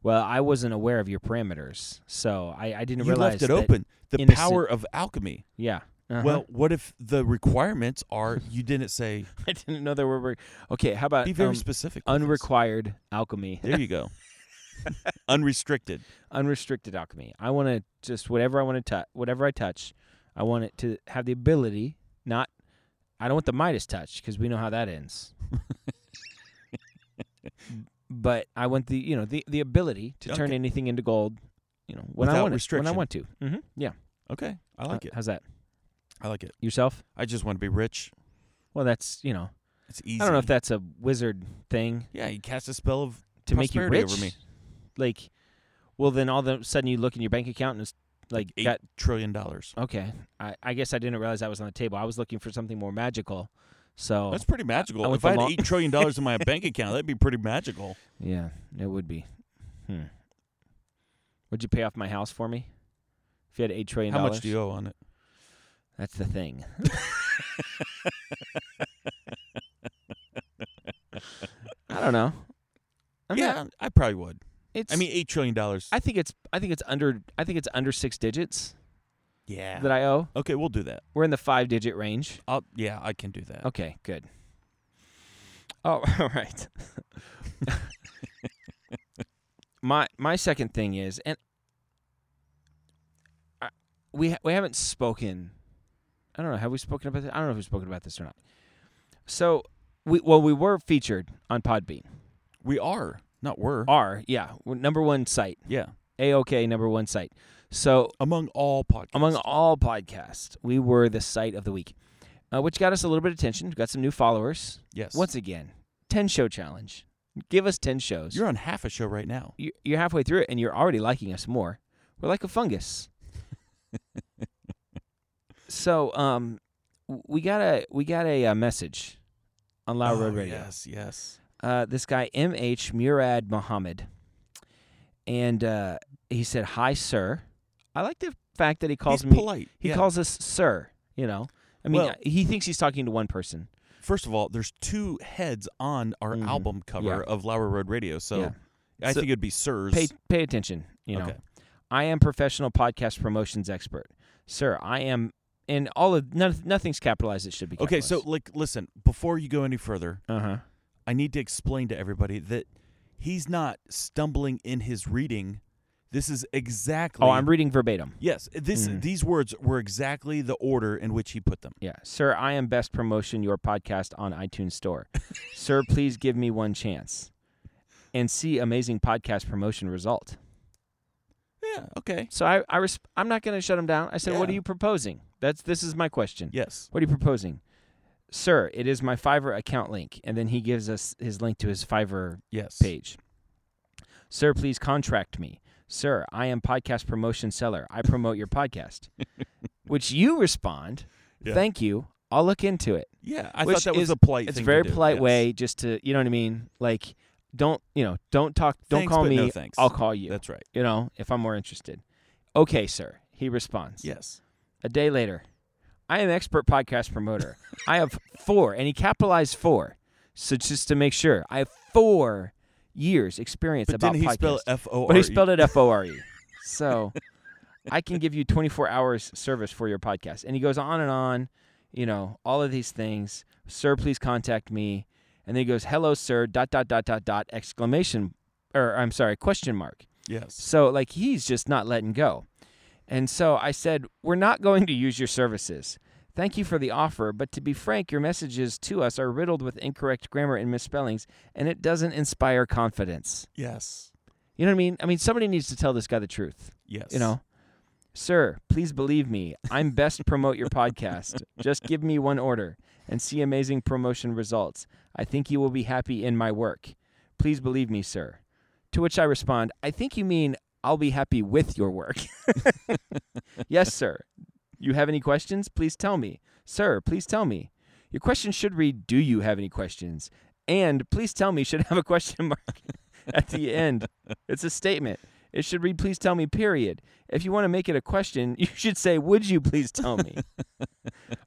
Well, I wasn't aware of your parameters, so I, I didn't you realize left it that- open. The innocent- power of alchemy. Yeah. Uh-huh. Well, what if the requirements are you didn't say I didn't know there were. re- Okay, how about be very um, specific. with this. unrequired alchemy, There you go. Unrestricted. unrestricted alchemy? I want to just whatever I want to touch, whatever I touch, I want it to have the ability. Not, I don't want the Midas touch because we know how that ends. but I want the you know the the ability to turn Okay. anything into gold. You know when I Without want it, when I restriction. want to. hmm Yeah, Okay, I like it. How's that I like it. yourself? I just want to be rich. Well, that's you know It's easy. I don't know if that's a wizard thing Yeah, you cast a spell of to make you Prosperity rich. over me. Like, well, then all of a sudden you look in your bank account and it's like, eight got trillion dollars. okay. I, I guess I didn't realize I was on the table. I was looking for something more magical. So Oh. That's pretty magical. I went if I the had long- eight trillion dollars in my bank account, that'd be pretty magical. yeah, it would be. Hmm. Would you pay off my house for me? If you had eight trillion How dollars, much do you owe on it? That's the thing. I don't know. I'm yeah, not- I probably would. it's. I mean, eight trillion dollars. I think it's. I think it's under. I think it's under six digits Yeah. that I owe. okay, we'll do that. We're in the five digit range. I'll, yeah, I can do that. Okay, good. Oh, all right. my my second thing is, and I, we ha- we haven't spoken. I don't know. Have we spoken about this? I don't know if we've spoken about this or not. So, we well we were featured on Podbean. We are not were. Our yeah we're number one site yeah, a okay number one site. So among all podcasts. among all podcasts, we were the site of the week, uh, which got us a little bit of attention. We got some new followers. yes. Once again, 10 show challenge. Give us 10 shows. you're on half a show right now. You- you're halfway through it and you're already liking us more. We're like a fungus. so, um w- we got a we got a, uh message on Loud Road Oh, Radio. Yes, yes. Uh this guy MH Murad Mohammed. And uh he said, "Hi sir." I like the fact that he calls He's me polite. He yeah. calls us sir, you know. I mean, uh, Well- he thinks he's talking to one person. First of all, there's two heads on our Mhm. album cover Yeah. of Lower Road Radio, so Yeah. I So- think it'd be Sirs. Pay pay attention, you know. Okay. I am professional podcast promotions expert, sir. I am, and all of none, nothing's capitalized. It should be Okay, capitalized. so like, listen. Before you go any further, uh huh. I need to explain to everybody that he's not stumbling in his reading. This is exactly. Oh, I'm Hmm. reading verbatim. Yes, this these words were exactly the order in which he put them. Yeah. Sir, I am best promotion your podcast on iTunes Store. Sir, please give me one chance and see amazing podcast promotion result. Yeah. Okay. So I, I res- I'm not going to shut him down. I said, what are Yeah. you proposing? That's This is my question. Yes. What are you proposing? Sir, it is my Fiverr account link. And then he gives us his link to his Fiverr Yes. page. Sir, please contract me. Sir, I am podcast promotion seller. I promote your podcast. Which you respond, Yeah. thank you. I'll look into it. Yeah. I Which thought that was is- a polite. It's a thing very to do. polite Yes. way just to, you know what I mean? Like, don't, you know, don't talk, don't Thanks, call but me. no thanks. I'll call you, That's right. you know, if I'm more interested. Okay, sir. He responds. Yes. A day later, I am expert podcast promoter. I have four, and he capitalized four. So just to make sure, I have four years experience But about didn't he podcast. spell F O R? E? but he spelled it F O R E. So I can give you 24 hours service for your podcast. And he goes on and on, you know, all of these things. Sir, please contact me. And then he goes, hello, sir, dot, dot, dot, dot, dot, exclamation, or I'm sorry, question mark. Yes. So like he's just not letting go. And so I said, "We're not going to use your services. Thank you for the offer, but to be frank, your messages to us are riddled with incorrect grammar and misspellings, and it doesn't inspire confidence." Yes. You know what I mean? I mean, somebody needs to tell this guy the truth, Yes. you know? Sir, please believe me. I'm best promote your podcast. Just give me one order and see amazing promotion results. I think you will be happy in my work. Please believe me, sir. To which I respond, I think you mean I'll be happy with your work. yes, sir. You have any questions? Please tell me. Sir, please tell me. Your question should read, Do you have any questions? And please tell me should have a question mark at the end. It's a statement. It should read, Please tell me, period. If you want to make it a question, you should say, Would you please tell me?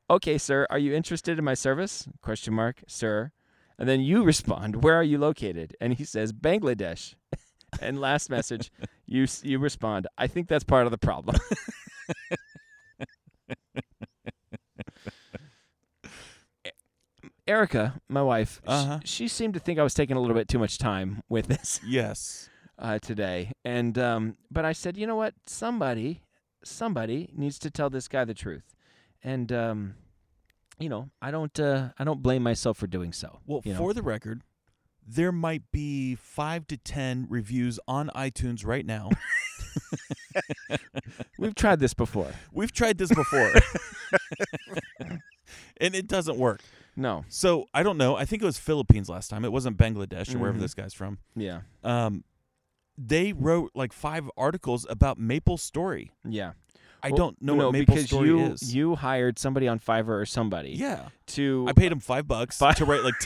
okay, sir, are you interested in my service? Question mark, sir. And then you respond, Where are you located? And he says, Bangladesh. And last message, you s- you respond, I think that's part of the problem. E, Erica, my wife, sh- Uh-huh. she seemed to think I was taking a little bit too much time with this Yes. uh, today, and um, but I said, you know what? Somebody, somebody needs to tell this guy the truth, and um, you know, I don't, uh, I don't blame myself for doing so. Well, you know? for the record, there might be five to ten reviews on iTunes right now. we've tried this before. We've tried this before, and it doesn't work. No, So I don't know. I think it was Philippines last time. It wasn't Bangladesh or wherever Mhm. this guy's from. yeah, Um, they wrote like five articles about Maple Story. yeah. I Well, don't know no, what Maple because Story you is. you hired somebody on Fiverr or somebody yeah, to I paid him five bucks Fi- to write like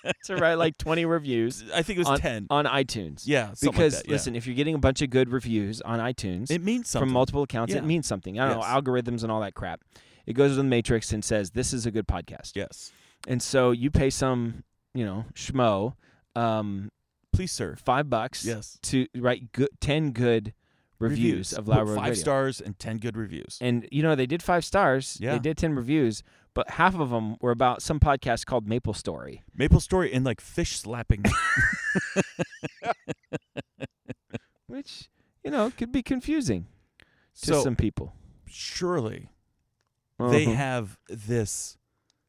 t- to write like twenty reviews I think it was on, ten. on iTunes. yeah, something like because that, yeah. listen, if you're getting a bunch of good reviews on iTunes, it means something. from multiple accounts, Yeah. it means something. I don't Yes. know algorithms and all that crap. It goes to the matrix and says this is a good podcast. yes, And so you pay some, you know, schmo, um, please, sir. five bucks Yes, to write good, ten good reviews, of Loud Put Road five Radio. stars and ten good reviews. And you know they did five stars. Yeah. They did ten reviews, but half of them were about some podcast called Maple Story. Maple Story and like fish slapping. Which, you know, could be confusing to so some people. surely they Uh-huh. have this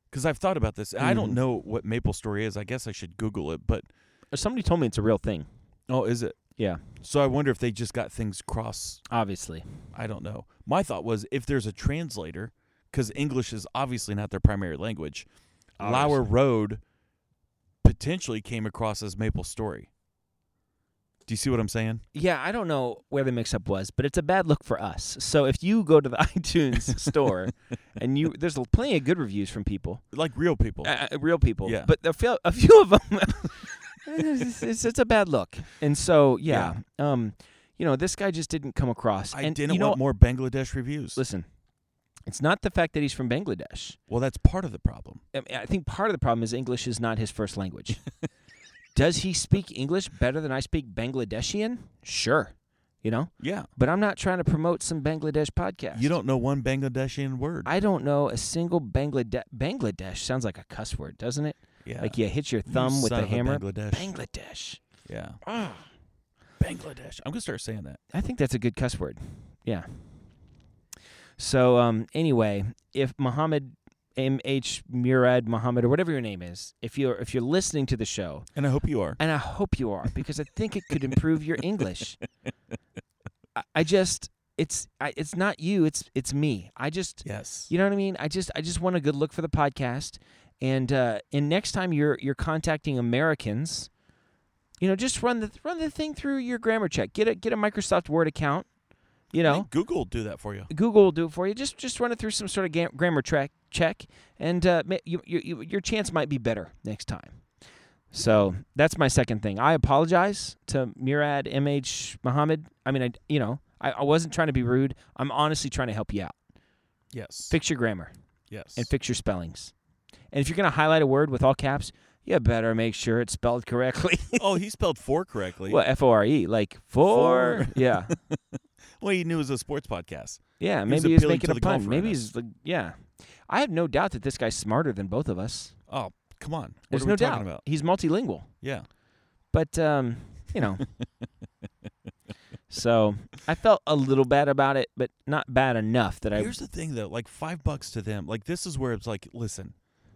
because I've thought about this. and I don't Mhm. know what Maple Story is. I guess I should Google it, but somebody told me it's a real thing. oh, is it? Yeah, So I wonder if they just got things cross. obviously. I don't know. My thought was if there's a translator, because English is obviously not their primary language. Lower Obviously. Road potentially came across as Maple Story. Do you see what I'm saying? Yeah, I don't know where the mix-up was, but it's a bad look for us. So if you go to the iTunes store and you there's plenty of good reviews from people, Like real people. uh, uh, real people, Yeah. but a few, a few of them, it's, it's, it's a bad look. And so yeah, um, you know, this guy just didn't come across. I and didn't you know, want more Bangladesh reviews. listen, it's not the fact that he's from Bangladesh. Well, that's part of the problem. I, mean, I think part of the problem is English is not his first language. Does he speak English better than I speak Bangladeshian? Sure, you know. Yeah. but I'm not trying to promote some Bangladesh podcast. You don't know one Bangladeshi word. I don't know a single Bangladesh. Bangladesh sounds like a cuss word, doesn't it? yeah. Like you hit your You thumb with son a of a hammer. Bangladesh. Bangladesh. yeah. Ah. Bangladesh. I'm gonna start saying that. I think that's a good cuss word. Yeah. So um, anyway, if Muhammad M H Murad Muhammad or whatever your name is, if you're if you're listening to the show, And I hope you are. and I hope you are because I think it could improve your English. I, I just it's I, it's not you, it's it's me. I just Yes. you know what I mean? I just I just want a good look for the podcast. And uh and next time you're you're contacting Americans, you know, just run the run the thing through your grammar check. Get a get a Microsoft Word account. You I know, think Google will do that for you. Google will do it for you. Just just run it through some sort of ga- grammar track check, and uh, ma- you, you, you, your chance might be better next time. So that's my second thing. I apologize to Murad Mh Muhammad. I mean, I you know I, I wasn't trying to be rude. I'm honestly trying to help you out. Yes. Fix your grammar yes. and fix your spellings. And if you're gonna highlight a word with all caps, you better make sure it's spelled correctly. oh, he spelled four correctly. well, F O R E, like for. For. Yeah, Well, he knew it was a sports podcast. yeah. He was Maybe he's appealing making to a the pun. golfer Maybe in he's like, yeah. I have no doubt that this guy's smarter than both of us. Oh, come on. What There's are we no doubt. talking about? He's multilingual, Yeah. but um, you know. so I felt a little bad about it, but not bad enough that I. Here's the thing though, like five bucks to them. Like this is where it's like, listen,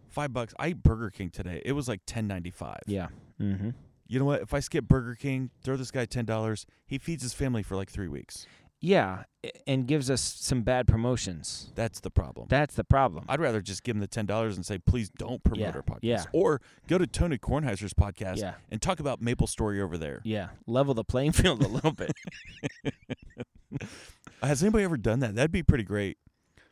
five bucks. I ate Burger King today. It was like ten ninety five. Yeah. Mm-hmm. You know what? If I skip Burger King, throw this guy ten dollars. He feeds his family for like three weeks. Yeah, a- and gives us some bad promotions. That's the problem. That's the problem. I'd rather just give him the ten dollars and say, please don't promote Yeah, our podcast. yeah. Or go to Tony Kornheiser's podcast Yeah. and talk about Maple Story over there. yeah, level the playing field a little bit. Has anybody ever done that? That'd be pretty great.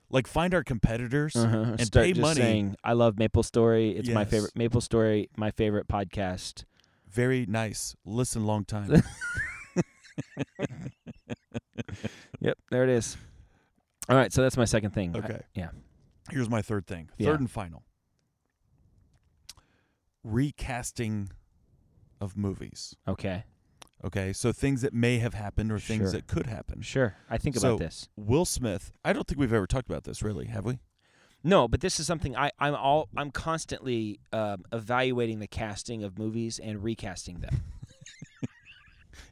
Like find our competitors Uh-huh. and Start pay just money. saying, I love Maple Story. It's my Yes. favorite Maple Story, my favorite podcast. Very nice. Listen long time. Yep, there it is. All right, so that's my second thing. I- Okay. yeah. Here's my third thing. Third Yeah. and final. Recasting of movies. okay. Okay. So things that may have happened or things Sure. that could happen. Sure. I think So, about this. Will Smith, I don't think we've ever talked about this really, have we? No, but this is something I, I'm all I'm constantly um, evaluating the casting of movies and recasting them.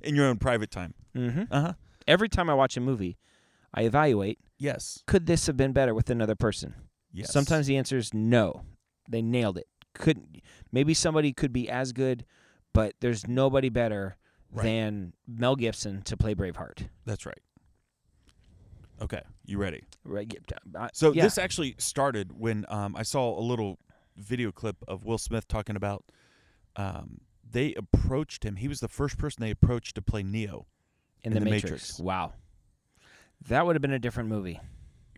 In your own private time. Mm-hmm. Uh huh. Every time I watch a movie, I evaluate: Yes. could this have been better with another person? Yes. Sometimes the answer is no. They nailed it. Couldn't. Maybe somebody could be as good, but there's nobody better Right. than Mel Gibson to play Braveheart. That's right. Okay. You ready? Right. yeah, I- So yeah. this actually started when um, I saw a little video clip of Will Smith talking about um, they approached him. He was the first person they approached to play Neo. in, in the The Matrix. Matrix. Wow. That would have been a different movie.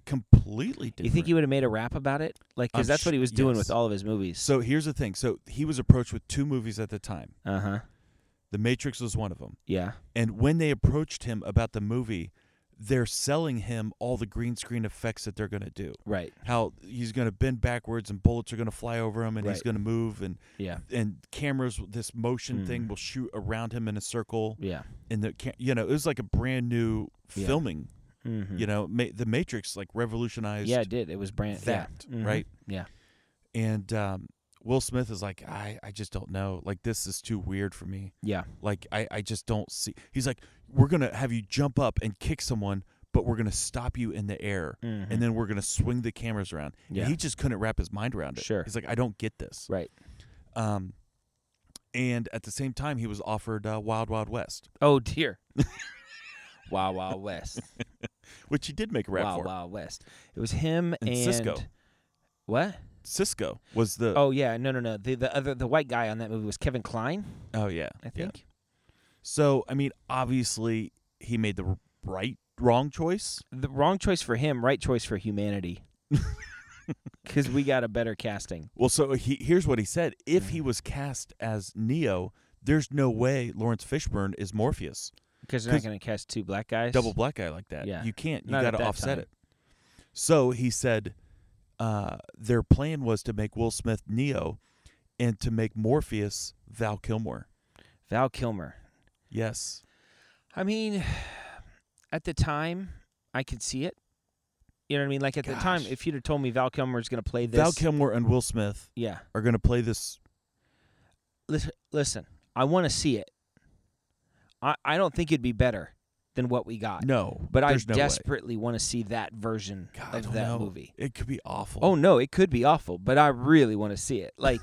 Completely different. You think he would have made a rap about it? Like, because I'm that's what he sh- was doing yes. with all of his movies. so here's the thing. So he was approached with two movies at the time. Uh huh. The Matrix was one of them. Yeah. And when they approached him about the movie, they're selling him all the green screen effects that they're going to do. Right. How he's going to bend backwards and bullets are going to fly over him and he's Right. going to move and Yeah. Hmm. and cameras this motion thing will shoot around him in a circle Yeah. and the ca- you know it was like a brand new Yeah. filming Mm-hmm. you know ma- the matrix like revolutionized Yeah, it did. It was brand that yeah. Mhm. right Yeah. and um, will smith is like I, I just don't know like this is too weird for me Yeah. like I, I just don't see he's like we're gonna have you jump up and kick someone but we're gonna stop you in the air and then we're gonna swing the cameras around Mm-hmm. And Yeah. he just couldn't wrap his mind around it Sure. he's like i don't get this Right. um, and at the same time, he was offered uh, Wild Wild West, Oh dear. wow, wow, West. which he did make a rap wow, for. wow, West. It was him and, And Cisco. What? Cisco was the oh, Oh yeah, no, no, no. The the other the white guy on that movie was Kevin Klein, Oh, yeah, I yeah. think. So I mean, obviously, he made the r- right wrong choice. The wrong choice for him, right choice for humanity. Because we got a better casting. Well, so he, here's what he said: If Mm-hmm. he was cast as Neo, there's no way Lawrence Fishburne is Morpheus, Because they're not 'Cause- going to cast two black guys. double black guy like that. Yeah. you can't. You Not got at to that offset time. it. So he said, uh, their plan was to make Will Smith Neo, and to make Morpheus Val Kilmer. Val Kilmer. Yes. I mean, at the time, I could see it. You know what I mean? Like at the time, Gosh. if you'd have told me Val Kilmer was going to play this, Val Kilmer and Will Smith yeah. are going to play this. Listen, listen. I want to see it. I, I don't think it'd be better than what we got. No, but I there's no way. desperately want to see that version God, oh, I of don't that know. movie. It could be awful. Oh no, it could be awful, but I really want to see it. Like,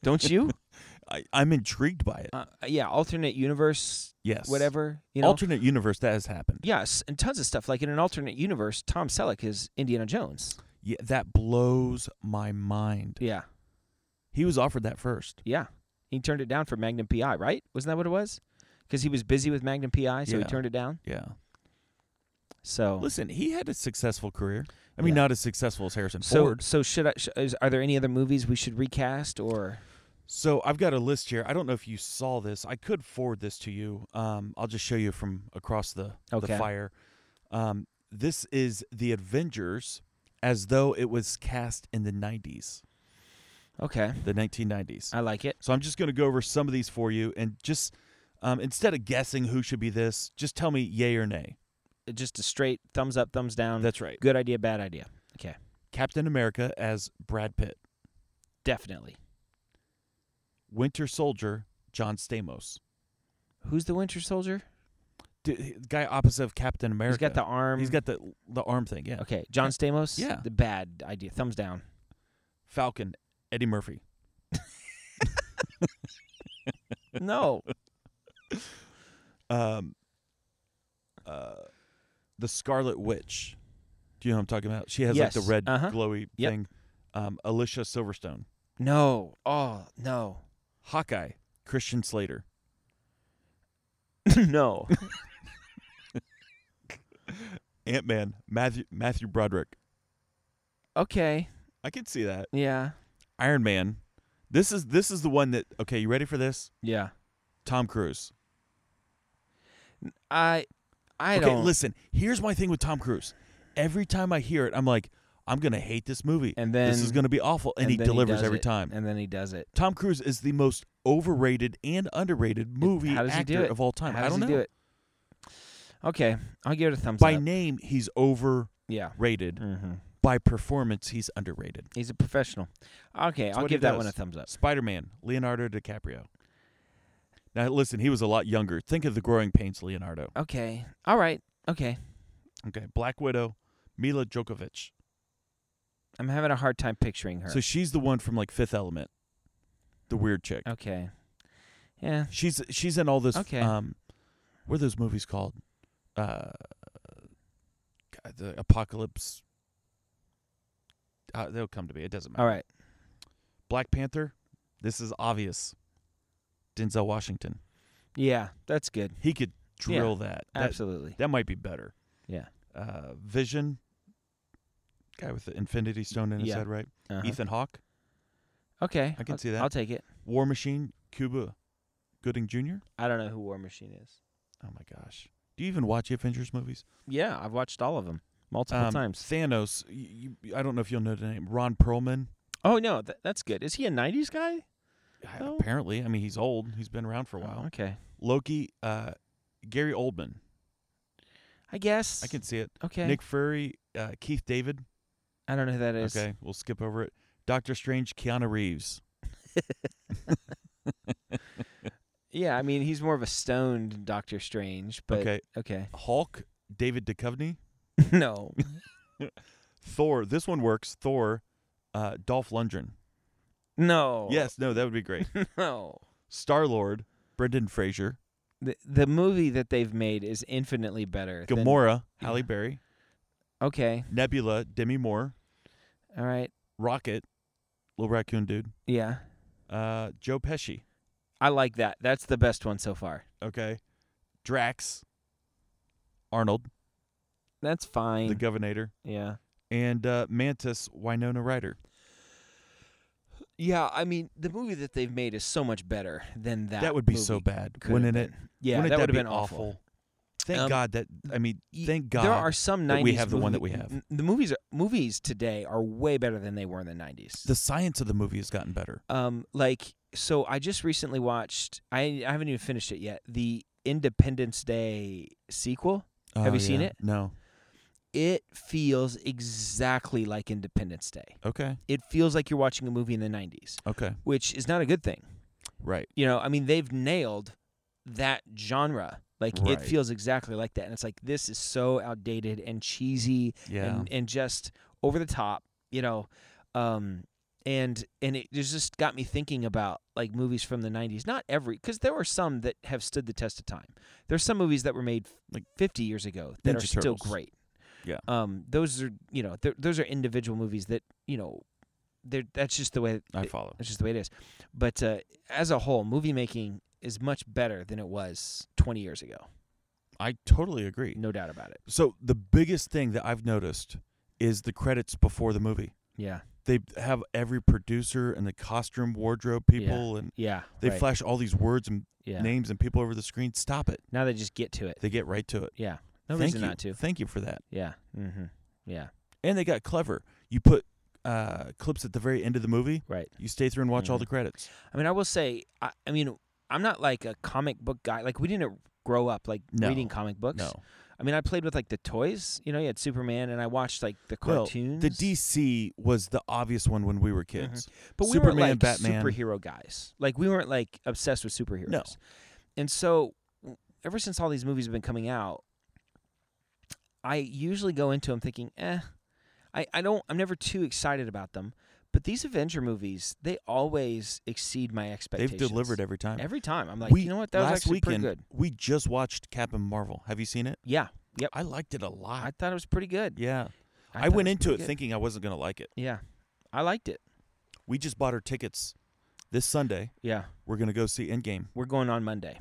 don't you? I, I'm intrigued by it. Uh, yeah, alternate universe, yes, whatever. You know? alternate universe that has happened. yes, and tons of stuff. Like in an alternate universe, Tom Selleck is Indiana Jones. Yeah, that blows my mind. Yeah, He was offered that first. yeah. He turned it down for Magnum PI, right? Wasn't that what it was? Because he was busy with Magnum PI, so he Yeah. turned it down. Yeah. So, Listen, he had a successful career. I mean, Yeah. not as successful as Harrison so, Ford. so should I? Sh- is, are there any other movies we should recast or? So I've got a list here. I don't know if you saw this. I could forward this to you. Um, I'll just show you from across the, Okay. the fire. Um, this is the Avengers as though it was cast in the 90s, Okay, the 1990s. I like it. So I'm just going to go over some of these for you and just um, instead of guessing who should be this, just tell me yay or nay. Just a straight thumbs up, thumbs down. That's right. good idea, bad idea. Okay, Captain America as Brad Pitt, definitely. Winter Soldier, John Stamos. Who's the Winter Soldier? D- guy opposite of Captain America. He's got the arm. He's got the the arm thing, yeah. Okay, John Stamos. Yeah. the bad idea. Thumbs down. Falcon, Eddie Murphy. No. um, uh, the Scarlet Witch. Do you know what I'm talking about? She has like Yes. the red Uh-huh. glowy Yep. thing. Um, Alicia Silverstone, no. Oh no. Hawkeye, Christian Slater, no. Ant Man, Matthew Matthew Broderick. Okay. I can see that. Yeah. Iron Man. This is this is the one that. Okay, you ready for this? Yeah. Tom Cruise. I. I okay, don't. listen. Here's my thing with Tom Cruise. Every time I hear it, I'm like, I'm gonna hate this movie, And this is then- gonna be awful, and, he then delivers does every it, time. And then he does it. Tom Cruise is the most overrated and underrated movie How does he actor do it of all time. How I does he don't know. do it? Okay, I'll give it a thumbs By up. name, he's overrated. yeah. Mm-hmm. By performance, he's underrated. He's a professional. Okay, That's I'll what he give that one a does. thumbs up. Spider-Man, Leonardo DiCaprio. Now listen, he was a lot younger. Think of the growing pains, Leonardo. Okay. All right. Okay. Okay, Black Widow, Mila Djokovic. I'm having a hard time picturing her. So she's the one from like Fifth Element, the weird chick. okay. Yeah. She's she's in all this. Okay. Um, what are those movies called? Uh, God, the apocalypse. Uh, they'll come to me. It doesn't matter. All right. Black Panther. This is obvious. Denzel Washington. Yeah, that's good. He could Yeah, drill that. that. Absolutely. That might be better. Yeah. Uh, Vision. Guy with the Infinity Stone in his Yeah. head, right? Uh-huh. Ethan Hawke. Okay. I can I'll- see that. I'll take it. War Machine. Cuba Gooding Jr. I don't know who War Machine is. Oh my gosh. Do you even watch Avengers movies? Yeah, I've watched all of them multiple Um, times. Thanos. You, you, I don't know if you'll know the name. Ron Perlman. Oh no, th- that's good. Is he a '90s guy? Uh, No. Apparently, I mean he's old. He's been around for a while. Oh, Okay. Loki. Uh, Gary Oldman. I guess. I can see it. Okay. Nick Fury. Uh, Keith David. I don't know who that is. Okay, we'll skip over it. Doctor Strange. Keanu Reeves. Yeah, I mean he's more of a stoned Doctor Strange, but okay. okay. Hulk. David Duchovny. no. Thor. This one works. Thor. Uh, Dolph Lundgren. No. Yes. No, that would be great. No. Star Lord. Brendan Fraser. The, the movie that they've made is infinitely better. than- Gamora. Halle yeah. Berry. okay. Nebula. Demi Moore. All right. Rocket. Little raccoon dude. Yeah. Uh, Joe Pesci. I like that. That's the best one so far. Okay. Drax. Arnold, That's fine. the Governator, yeah. and uh, Mantis Winona Ryder. Yeah, I mean the movie that they've made is so much better than that. That, would be so movie bad, could have wouldn't it? been. Yeah, wouldn't that that would have be been awful. Thank Um, God that I mean, Y- thank God There are some that 90s we have the one that movie- we have. n- The movies are, movies today are way better than they were in the 90s. the science of the movie has gotten better. um like so I just recently watched I I haven't even finished it yet. The Independence Day sequel. Have Oh, you seen yeah. it? No. It feels exactly like Independence Day. Okay. It feels like you're watching a movie in the 90s, Okay. which is not a good thing. Right. You know, I mean they've nailed that genre Like Right. it feels exactly like that. And it's like this is so outdated and cheesy Yeah. and, and just over the top, you know. Um and and it just got me thinking about like movies from the 90s not every because there were some that have stood the test of time there's some movies that were made like Like 50 years ago that are Ninja still Turtles. great Yeah. um those are you know th- those are individual movies that you know they're that's just the way I it- follow. that's just the way it is but uh, as a whole movie making is much better than it was 20 years ago I totally agree. no doubt about it So the biggest thing that I've noticed is the credits before the movie. yeah They have every producer and the costume wardrobe people, and yeah they right. flash all these words and yeah names and people over the screen. Stop it. now they just get to it They get right to it. yeah no Thank reason you. not to Thank you for that. yeah mm-hmm yeah And they got clever. You put uh, clips at the very end of the movie. right You stay through and watch all Mhm. the credits. I mean, I will say, I, I mean, I'm not like a comic book guy. Like we didn't grow up like No. reading comic books. Mm-hmm. No. I mean, I played with like the toys. You know, you had Superman, and I watched like the cartoons. Well, the DC was the obvious one when we were Mm-hmm. kids. but we Superman, weren't like Batman. superhero guys. Like we weren't like obsessed with superheroes. No. And so, w- ever since all these movies have been coming out, I usually go into them thinking, eh, I, I don't. I'm never too excited about them. But these Avenger movies, they always exceed my expectations. They've delivered every time. Every time, I'm like, you know what? That was last actually weekend, pretty good. We just watched Captain Marvel. Have you seen it? Yeah, I liked it a I lot. thought it was pretty good. yeah. I, thought went was into pretty it good. thinking I wasn't going to like it. yeah, I liked it. We just bought our tickets this Sunday. Yeah, We're going to go see Endgame. we're going on Monday,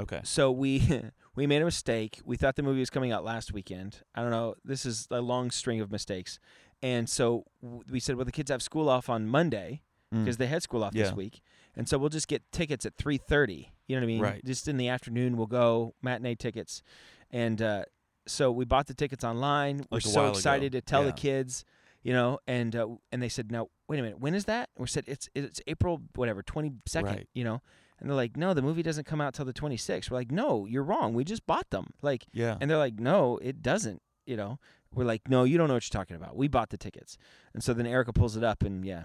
Okay. so we we made a mistake. We thought the movie was coming out last weekend. I don't know. This is a long string of mistakes, and so w- we said, well, the kids have school off on Monday Mm. because they had school off this Yeah. week, and so we'll just get tickets at three thirty. You know what I mean? Right. Just in the afternoon, we'll go matinee tickets, and uh, so we bought the tickets online. we're Like a so while ago. excited to tell the Yeah. kids, you know, and uh, and they said, no, wait a minute, when is that? And we said it's it's April whatever twenty second, Right. you know, and they're like, no, the movie doesn't come out till the twenty sixth. We're like, no, you're wrong. We just bought them, like, Yeah. and they're like, no, it doesn't, you know. We're like, no, you don't know what you're talking about. We bought the tickets, and so then Erica pulls it up, and yeah,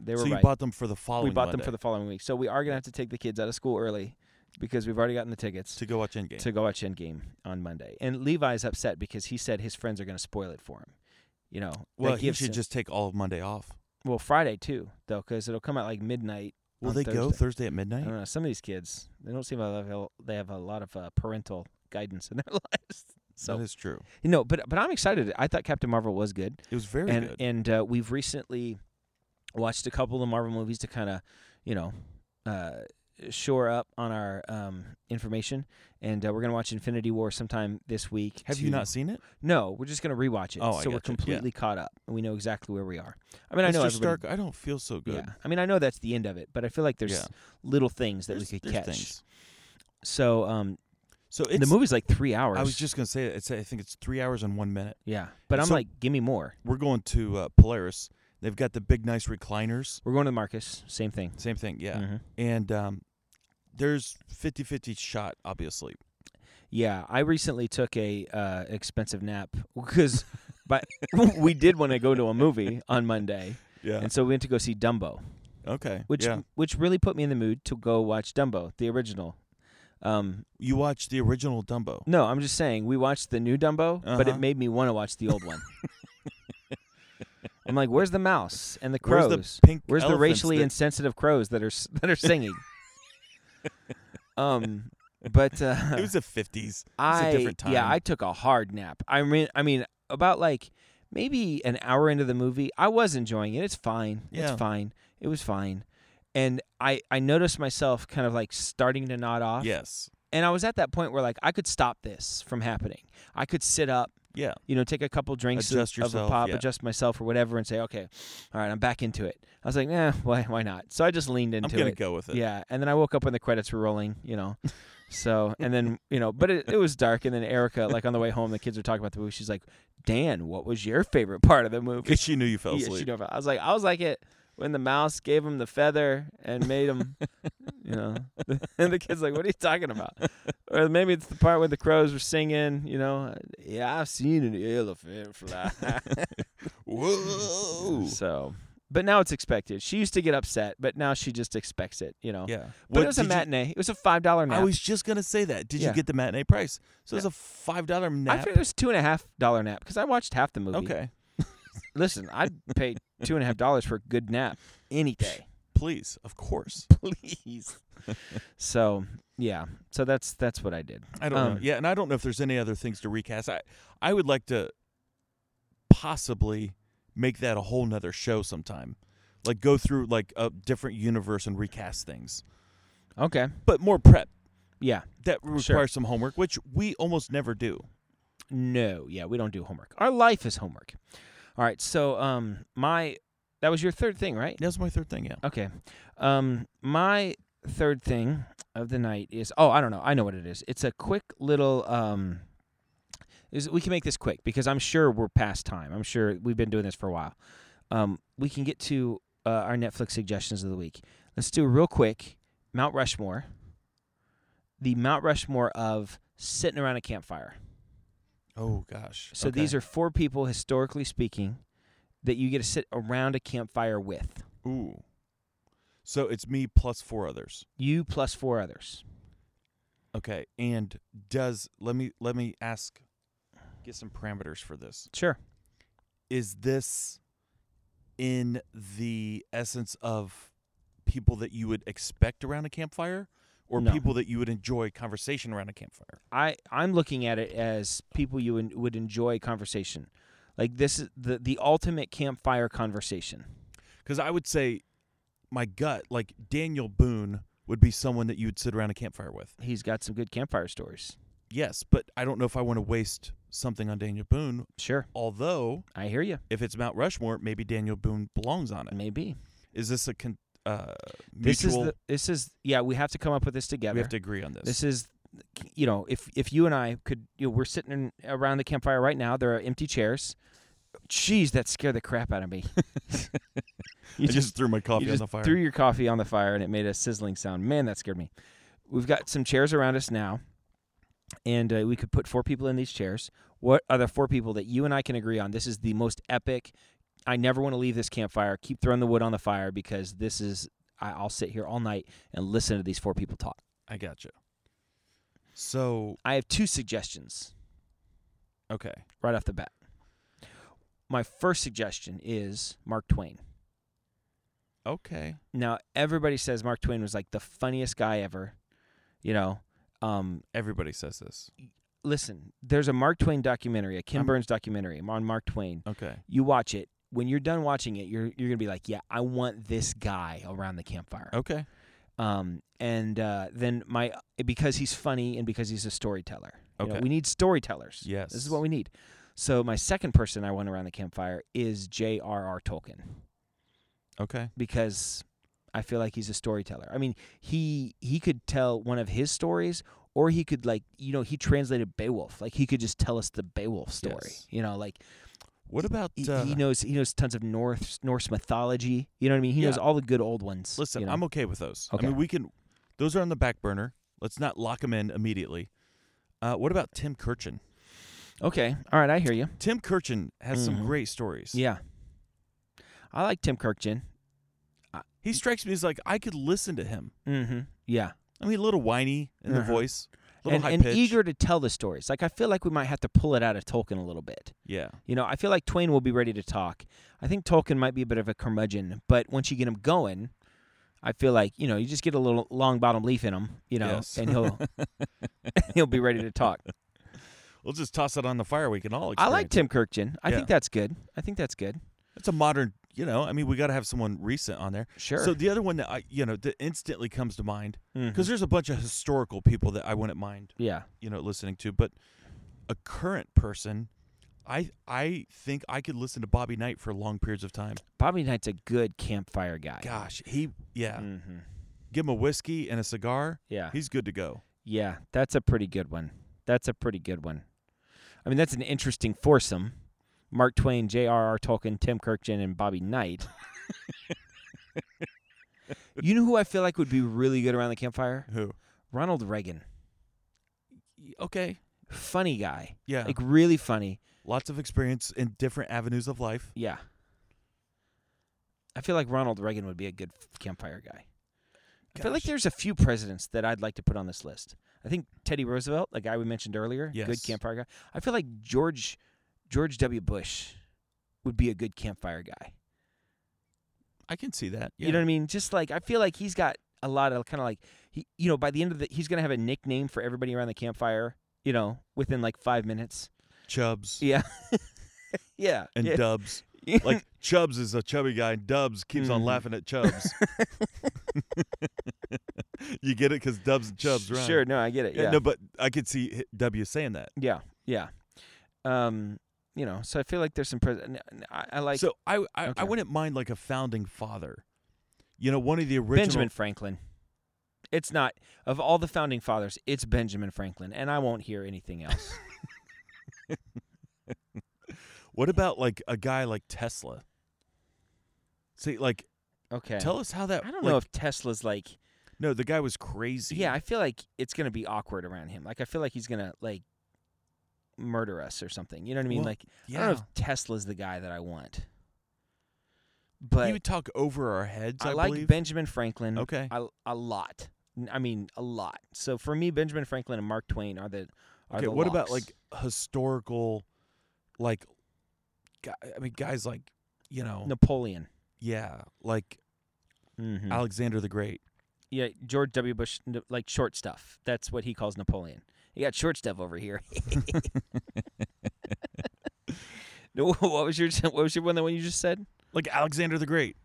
they were so you right bought them for the following we bought them Monday for the following week. So we are gonna have to take the kids out of school early because we've already gotten the tickets to, to go watch Endgame. go watch Endgame on Monday. And Levi's upset because he said his friends are gonna spoil it for him. You know, that well, you gives should him- just take all of Monday off. well Friday too though because it'll come out like midnight. Will on they go Thursday. Uh, Thursday at I midnight? don't know. Some of these kids they don't seem like they have- they have a lot of uh, parental guidance in their lives. That So is true. you know, but but I'm excited. I thought Captain Marvel was good. It was very and good. and uh, we've recently watched a couple of the Marvel movies to kind of, you know, uh, shore up on our um, information. And uh, we're gonna watch Infinity War sometime this week. have to- you not seen it? No, we're just gonna rewatch it. Oh, I so we're gotcha. Yeah. completely caught up, and we know exactly where we are. I mean, I know Mr. everybody- Stark, I don't feel so good. Yeah, I mean, I know that's the end of it, but I feel like there's Yeah. little things that There's- we could there's catch. things. So, um, So and it's the movie's like three hours. I was just gonna say it's I think it's three hours and one minute. yeah, but I'm So- like, give me more. We're going to uh, Polaris. They've got the big nice recliners. We're going to Marcus. Same thing. Same thing, yeah. Mhm. And um, there's 50-50 shot, obviously. Yeah, I recently took a uh, expensive nap because, but we did want to go to a movie on Monday, Yeah. and so we went to go see Dumbo, okay. which yeah. which really put me in the mood to go watch Dumbo, the original. Um, you watch the original Dumbo. no, I'm just saying we watched the new Dumbo, but it Uh-huh. made me want to watch the old one. I'm like, where's the mouse and the Where's crows? the pink Where's the elephants racially that- insensitive crows that are s- that are singing? um, but uh, It was the fifties. I a different time. yeah, I took a hard nap. I mean, I mean, about like maybe an hour into the movie, I was enjoying it. It's fine. Yeah. It's fine. It was fine. And I I noticed myself kind of like starting to nod off. yes. And I was at that point where like I could stop this from happening. I could sit up, Yeah. you know, take a couple drinks of- Adjust of, yourself, a pop, yeah. adjust myself or whatever, and say, okay, all right, I'm back into it. I was like, eh, why why not? So I just leaned into I'm gonna it. go with it. Yeah, and then I woke up when the credits were rolling, you know. So and then you know, but it, it was dark. And then Erica, like on the way home, the kids were talking about the movie. She's like, "Dan, what was your favorite part of the movie?" Because she knew you fell Yeah, asleep. she never- I was like, I was like it when the mouse gave him the feather and made him, you know. And the kids like, "What are you talking about?" Or maybe it's the part where the crows were singing, you know. Yeah, I've seen an elephant fly. Whoa. so But now it's expected. She used to get upset, but now she just expects it. You know. Yeah. But it was a did you- matinee. It was a five dollar nap. I was just gonna say that. Did Yeah. you get the matinee price? So it's a five dollar I nap. figured it was two and a half dollar nap because I watched half the movie. okay, Listen, I'd pay two and a half dollars for a good nap any day. please, of course. Please. so yeah. So that's that's what I did. I don't know. Um, Yeah, and I don't know if there's any other things to recast. I I would like to possibly make that a whole nother show sometime. Like go through like a different universe and recast things. Okay. But more prep. Yeah. That requires some homework, which we almost never do. No. Yeah. We don't do homework. Our life is homework. All right. So um, my that was your third thing, right? That's my third thing, yeah. Okay. Um, my third thing of the night is oh, I don't know. I know what it is. It's a quick little um is we can make this quick because I'm sure we're past time. I'm sure we've been doing this for a while. Um, we can get to uh, our Netflix suggestions of the week. Let's do real quick Mount Rushmore. The Mount Rushmore of sitting around a campfire. Oh gosh. So these are four people historically speaking that you get to sit around a campfire with. Ooh. So it's me plus four others. You plus four others. Okay. And does let me let me ask get some parameters for this. Sure. is this in the essence of people that you would expect around a campfire or No. people that you would enjoy conversation around a campfire? I I'm looking at it as people you en- would enjoy conversation. Like this is the the ultimate campfire conversation. Because I would say my gut, like Daniel Boone would be someone that you would sit around a campfire with. He's got some good campfire stories. Yes, but I don't know if I want to waste something on Daniel Boone. Sure, Although, I hear you. if it's Mount Rushmore, maybe Daniel Boone belongs on it. Maybe Is this a con- uh, this is mutual? the, this is yeah. We have to come up with this together. we have to agree on this. This is you know if if you and I could you know, we're sitting in, around the campfire right now. There are empty chairs. Jeez, that scared the crap out of me. I just, threw my coffee you on just the fire. threw your coffee on the fire and it made a sizzling sound. Man, that scared me. We've got some chairs around us now, and uh, we could put four people in these chairs. What are the four people that you and I can agree on? This is the most epic. I never want to leave this campfire. Keep throwing the wood on the fire because this is. I, I'll sit here all night and listen to these four people talk. I gotcha. So I have two suggestions okay, right off the bat. My first suggestion is Mark Twain. okay, Now everybody says Mark Twain was like the funniest guy ever. You know, um, everybody says this. listen, there's a Mark Twain documentary, a Kim I'm- Burns documentary on Mark Twain. Okay, You watch it. When you're done watching it, you're you're gonna be like, yeah, I want this guy around the campfire. okay, Um, and uh, then my because he's funny and because he's a storyteller. You know, Okay. we need storytellers. Yes. this is what we need. So my second person I want around the campfire is J.R.R. Tolkien okay. because I feel like he's a storyteller. I mean, he he could tell one of his stories, or he could like you know he translated Beowulf. Like he could just tell us the Beowulf story. Yes. You know, like What about he, uh, he knows he knows tons of Norse Norse mythology. You know what I mean? He knows Yeah. all the good old ones. Listen, you know? I'm okay with those. Okay. I mean, we can. Those are on the back burner. Let's not lock them in immediately. Uh, what about Tim Kirchin? okay. All right, I hear you. Tim Kirchin has Mhm. some great stories. Yeah, I like Tim Kirkchin. He strikes me as like I could listen to him. Mm-hmm. Yeah, I mean, a little whiny in the Uh-huh. voice, a little and, high and pitch. eager to tell the stories. Like I feel like we might have to pull it out of Tolkien a little bit. Yeah. You know, I feel like Twain will be ready to talk. I think Tolkien might be a bit of a curmudgeon, but once you get him going, I feel like you know you just get a little long bottom leaf in him, you know, Yes. and he'll he'll be ready to talk. We'll just toss it on the fire. We can all. I Experience. like Tim Kirkchin. I Yeah. think that's good. I think that's good. It's a modern. You know, I mean, we got to have someone recent on there. Sure. So the other one that I, you know, that instantly comes to mind Mhm. because there's a bunch of historical people that I wouldn't mind, yeah, you know, listening to, but a current person, I I think I could listen to Bobby Knight for long periods of time. Bobby Knight's a good campfire guy. Gosh, he yeah, hmm give him a whiskey and a cigar, Yeah, he's good to go. yeah, that's a pretty good one. That's a pretty good one. I mean, that's an interesting foursome: Mark Twain, J.R.R. Tolkien, Tim Kirkchin, and Bobby Knight. you know who I feel like would be really good around the campfire? Who? Ronald Reagan, Okay, funny guy, yeah, like really funny. lots of experience in different avenues of life. Yeah, I feel like Ronald Reagan would be a good f- campfire guy. I feel like there's a few presidents that I'd like to put on this list. I think Teddy Roosevelt, the guy we mentioned earlier, good Yes. campfire guy. I feel like George George W. Bush would be a good campfire guy. I can see that. Yeah. You know what I mean? Just like I feel like he's got a lot of kind of like he, you know, by the end of the, he's gonna have a nickname for everybody around the campfire. You know, within like five minutes. Chubs Yeah, yeah, and yeah. Dubs. Like Chubs is a chubby guy, and Dubs keeps on Mhm. laughing at Chubs. you get it because Dubs and Chubs, right? Sure, no, I get it. Yeah, Yeah, No, but I could see hi- W saying that. yeah, yeah. Um, you know, so I feel like there's some pres- n- n- I, I like so I I, okay. I wouldn't mind like a founding father. You know, one of the original. Benjamin Franklin. It's not of all the founding fathers, it's Benjamin Franklin, and I won't hear anything else. What about like a guy like Tesla? See, like, Okay, tell us how that. I don't like- know if Tesla's like No, the guy was crazy. Yeah, I feel like it's gonna be awkward around him. Like I feel like he's gonna like murder us or something. You know what I mean? Well, like I yeah. don't know if Tesla's the guy that I want. But he would talk over our heads. I, I, like believe. Benjamin Franklin. Okay. a, a lot. N- I mean, a lot. So for me, Benjamin Franklin and Mark Twain are the. Are Okay, the what about locks. like historical, like, guy, I mean, guys like, you know, Napoleon? yeah, like hmm Alexander the Great. yeah, George W. Bush, n- like short stuff. That's what he calls Napoleon. You got short stuff over here. No, what was your What was your one? The one you just said? Like Alexander the Great.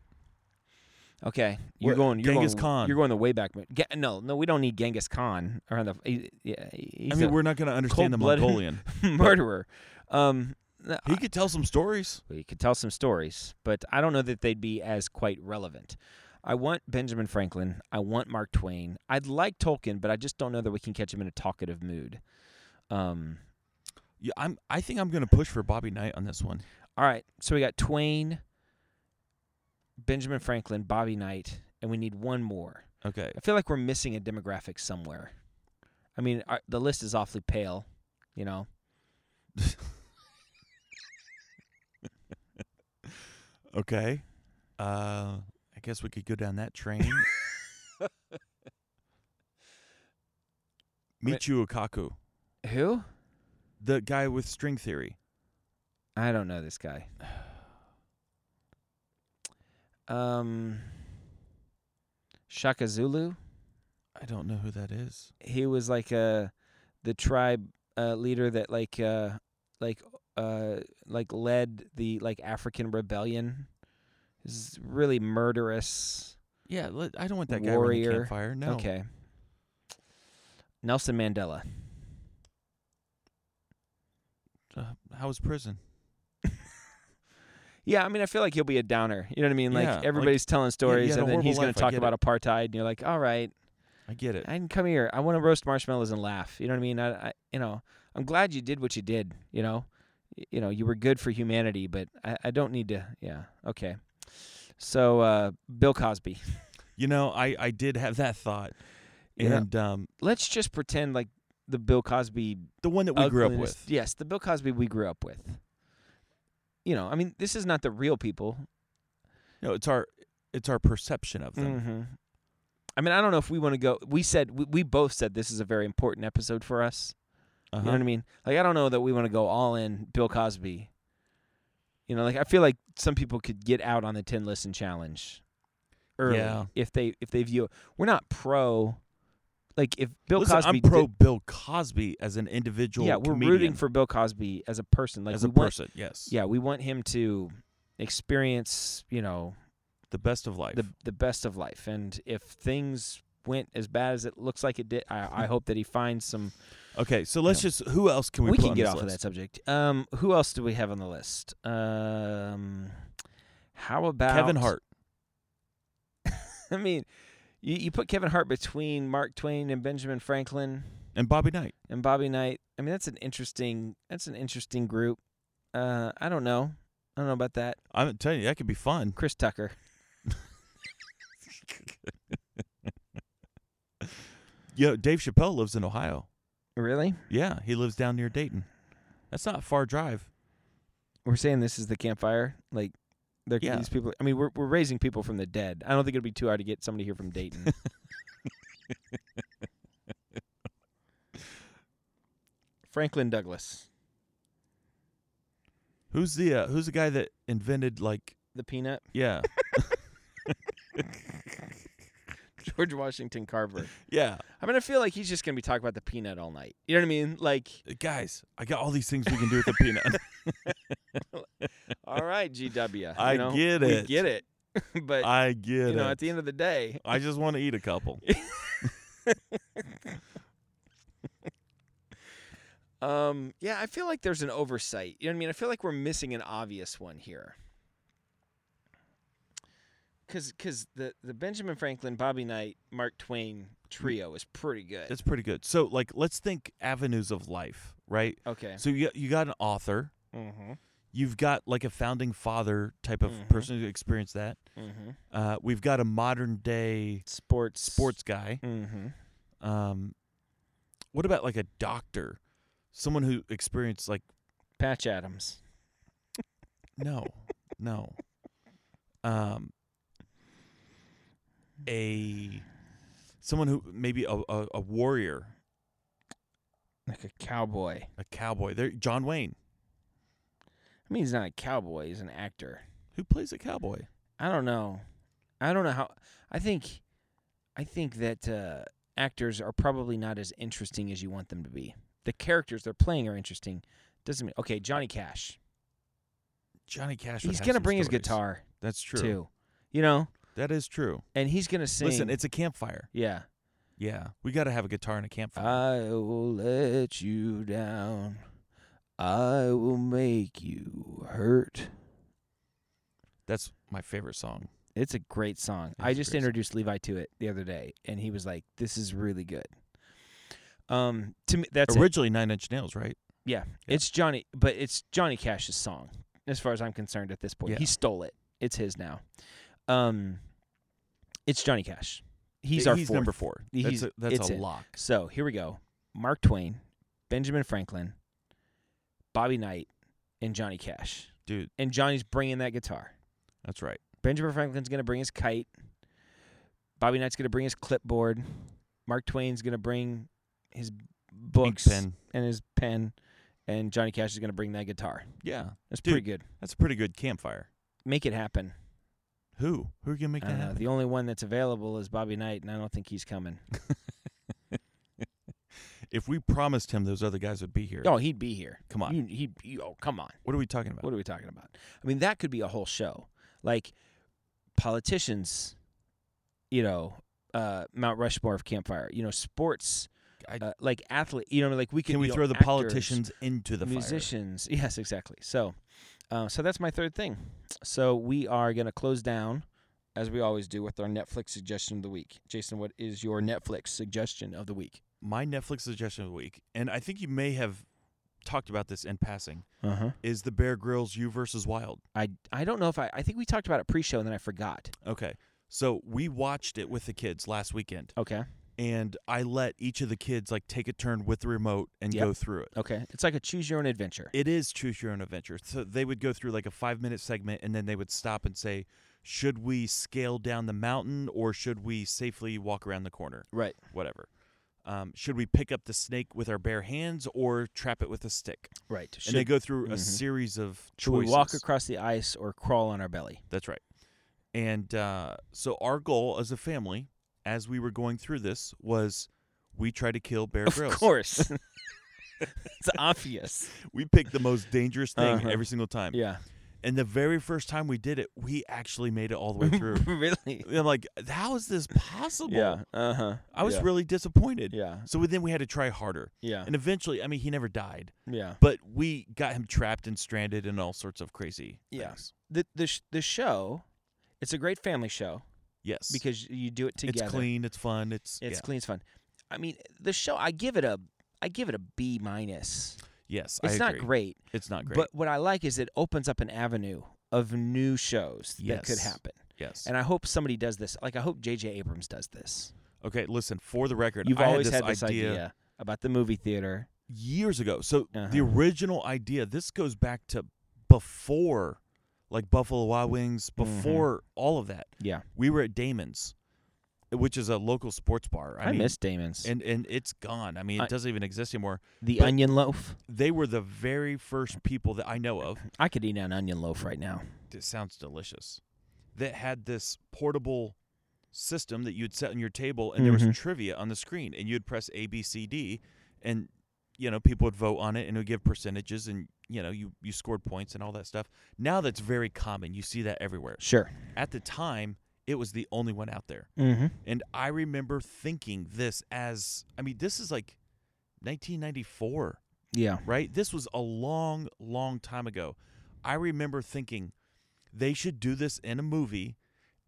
Okay, you're What- going. You're Genghis going, Khan. You're going the way back. mo- Ge- no, no, we don't need Genghis Khan around the. he- yeah, he's I mean, a we're not going to understand the cold-blooded- Mongolian. murderer. Um, no, he could tell some stories. we could tell some stories, but I don't know that they'd be as quite relevant. I want Benjamin Franklin. I want Mark Twain. I'd like Tolkien, but I just don't know that we can catch him in a talkative mood. Um, Yeah, I'm. I think I'm going to push for Bobby Knight on this one. all right, so we got Twain, Benjamin Franklin, Bobby Knight, and we need one more. Okay. I feel like we're missing a demographic somewhere. I mean, our, the list is awfully pale, you know. Okay. Uh, I guess we could go down that train. Wait. Michio Kaku, Who? the guy with string theory. I don't know this guy. Um, Shaka Zulu. I don't know who that is. He was like uh the tribe uh, leader that like uh, like uh, like led the like African rebellion. Is really murderous. Yeah, let- I don't want that guy Warrior. around the campfire. No. Okay. Nelson Mandela. Uh, how was prison? Yeah, I mean, I feel like he'll be a downer. You know what I mean? Like Yeah, like, everybody's telling stories, had a and then horrible he's going life, to talk I get about apartheid, and you're like, "All right, I get it. I didn't come here. I want to roast marshmallows and laugh." You know what I mean? I, I you know, I'm glad you did what you did. You know, Y- you know, you were good for humanity, but I, I don't need to. Yeah, okay. So, uh, Bill Cosby. You know, I I did have that thought, Yeah. and um, Let's just pretend like the Bill Cosby the one that we grew up ugliness- with. Yes, the Bill Cosby we grew up with. You know, I mean, this is not the real people. No, it's our it's our perception of them. Mm-hmm. I mean, I don't know if we want to go. We said we, we both said this is a very important episode for us. You Uh-huh. know what I mean? Like, I don't know that we want to go all in Bill Cosby. You know, like I feel like some people could get out on the ten listen challenge early Yeah. if they if they view. We're not pro. Like if Bill Listen, Cosby, I'm did- pro Bill Cosby as an individual. yeah, we're comedian, rooting for Bill Cosby as a person. Like as we a want, person. Yes. yeah, we want him to experience, you know, The best of life. the the best of life. And if things went as bad as it looks like it did, I, I hope that he finds some. Okay, so let's just who else can We, we, put can on get this off of that list? subject. Um, who else do we have on the list? Um, how about Kevin Hart. I mean, you, you put Kevin Hart between Mark Twain and Benjamin Franklin and Bobby Knight. and Bobby Knight. I mean, that's an interesting that's an interesting group. Uh, I don't know. I don't know about that. I'm telling you, that could be fun. Chris Tucker. You know, Dave Chappelle lives in Ohio. Really? Yeah, he lives down near Dayton. That's not a far drive. We're saying this is the campfire. Like There, Yeah. These people. I mean, we're we're raising people from the dead. I don't think it'd be too hard to get somebody here from Dayton. Franklin Douglas, Who's the uh, Who's the guy that invented like the peanut. yeah George Washington Carver. yeah I mean, I feel like he's just gonna be talking about the peanut all night. You know what I mean? Like, guys? I got all these things we can do with the peanut. all right, GW. you I know, get we it. get it. but I get you know, it. at the end of the day, I just want to eat a couple. um, yeah, I feel like there's an oversight. You know what I mean? I feel like we're missing an obvious one here. Cause, cause the the Benjamin Franklin, Bobby Knight, Mark Twain trio is pretty good. That's pretty good. So like let's think avenues of life, right? okay. So you got, you got an author. Mm-hmm. You've got like a founding father type of person who experienced that. Mm-hmm. Uh, we've got a modern day Sports. sports guy. Mm-hmm. Um, what about like a doctor? Someone who experienced like Patch Adams. no, no. Um, a someone who maybe a, a, a warrior, Like a cowboy. a cowboy. There, John Wayne. I mean, he's not a cowboy. He's an actor. Who plays a cowboy? I don't know. I don't know how. I think, I think that uh, actors are probably not as interesting as you want them to be. The characters they're playing are interesting. Doesn't mean okay. Johnny Cash. Johnny Cash. would He's have gonna some bring his stories. guitar That's true. too. You know, That is true. and he's gonna sing. Listen, it's a campfire. yeah. Yeah, we got to have a guitar and a campfire. I will let you down. I will make you hurt. That's my favorite song. It's a great song. It's I a just great song. introduced Levi to it the other day, and he was like, "This is really good." Um, to me, that's it. Originally Nine Inch Nails, right? Yeah, it's Johnny, but it's Johnny Cash's song, as far as I'm concerned. At this point, Yeah. he stole it. It's his now. Um, it's Johnny Cash. He's Yeah, our he's fourth. number four. He's- that's a, that's it's a it. lock. So here we go: Mark Twain, Benjamin Franklin, Bobby Knight, and Johnny Cash. Dude, And Johnny's bringing that guitar. that's right. Benjamin Franklin's going to bring his kite. Bobby Knight's going to bring his clipboard. Mark Twain's going to bring his books pen. and his pen. And Johnny Cash is going to bring that guitar. Yeah, That's Dude. pretty good. that's a pretty good campfire. Make it happen. Who? Who are you gonna make I that don't know. happen? The only one that's available is Bobby Knight, and I don't think he's coming. If we promised him those other guys would be here, Oh, he'd be here. Come on. You, he'd, you, oh, come on. what are we talking about? What are we talking about? I mean, that could be a whole show. Like politicians, you know, uh, Mount Rushmore of Campfire, you know, sports, I- uh, like athlete, you know, like we could can we do throw the actors, politicians into the musicians. Yes, exactly. So, uh, so that's my third thing. So we are gonna close down, as we always do, with our Netflix suggestion of the week. Jason, what is your Netflix suggestion of the week? fire? My Netflix suggestion of the week, and I think you may have talked about this in passing, Uh huh. is the Bear Grylls "You Versus Wild." I I don't know if I I think we talked about it pre-show and then I forgot. Okay, so we watched it with the kids last weekend. Okay. and I let each of the kids like take a turn with the remote and Yep. go through it. Okay. It's like a choose your own adventure. It is choose your own adventure. So they would go through like a five minute segment and then they would stop and say, should we scale down the mountain or should we safely walk around the corner? right. Whatever. Um, should we pick up the snake with our bare hands or trap it with a stick? Right. and they Should- go through a mhm. series of should we walk choices. across the ice or crawl on our belly? That's right. And uh, so our goal as a family, as we were going through this, was we try to kill Bear Of Grylls. course. it's obvious. We picked the most dangerous thing Uh-huh. every single time. Yeah. And the very first time we did it, we actually made it all the way through. really. I'm like, how is this possible? Yeah. Uh huh. I was yeah. really disappointed. Yeah. So then we had to try harder. Yeah. And eventually, I mean, he never died, yeah. but we got him trapped and stranded and all sorts of crazy Yeah. things. The the sh- the show, it's a great family show Yes. because you do it together. it's clean, it's fun, it's It's yeah. clean. It's fun. I mean, the show. I give it a. I give it a B minus. Yes, I It's not agree. great, It's not great. but what I like is it opens up an avenue of new shows that could Yes. happen. yes. And I hope somebody does this. Like I hope J.J. Abrams does this. okay, listen, for the record, You've I always had had this, idea, about the movie theater. years ago. So Uh-huh. the original idea, this goes back to before like Buffalo Wild Wings Mm-hmm. before all of that. Yeah. We were at Damon's, which is a local sports bar. I, I, mean, miss Damon's. and and it's gone. I mean, it I- doesn't even exist anymore. the but- onion loaf. They were the very first people that I know of. I could eat an onion loaf right now. It sounds delicious. That had this portable system that you'd set on your table, and there was trivia on the screen, and you'd press A, B, C, D, and you know people would vote on it, and it would give percentages, and you know you you scored points and all that stuff. Now that's very common. You see that everywhere. Sure. At the time, it was the only one out there. Mm-hmm. And I remember thinking this as I mean, this is like 1994, Yeah. right? This was a long, long time ago. I remember thinking they should do this in a movie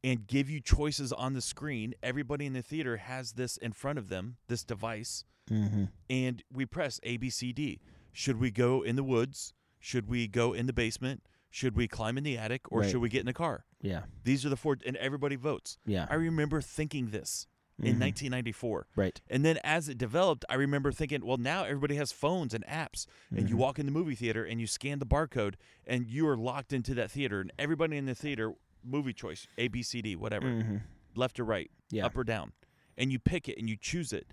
and give you choices on the screen. Everybody in the theater has this in front of them, this device, Mm-hmm. and we press A, B, C, D. Should we go in the woods? Should we go in the basement? Should we climb in the attic or Right. should we get in the car? Yeah. These are the four, and everybody votes. Yeah. Mm-hmm. I remember thinking this in 1994. Right. And then as it developed, I remember thinking, well, now everybody has phones and apps, and Mm-hmm. you walk in the movie theater and you scan the barcode, and you are locked into that theater, and everybody in the theater, movie choice, A, B, C, D, whatever, left or right, Mm. Mm-hmm. Yeah. up or down, and you pick it and you choose it.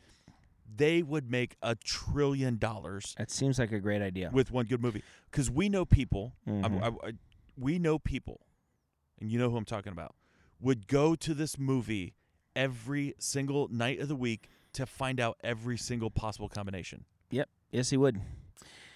They would make a trillion dollars That seems like a great idea. with one good movie because we know people I- Mm-hmm. I- I- we know people and you know who i'm talking about would go to this movie every single night of the week to find out every single possible combination Yep. Yes, he would.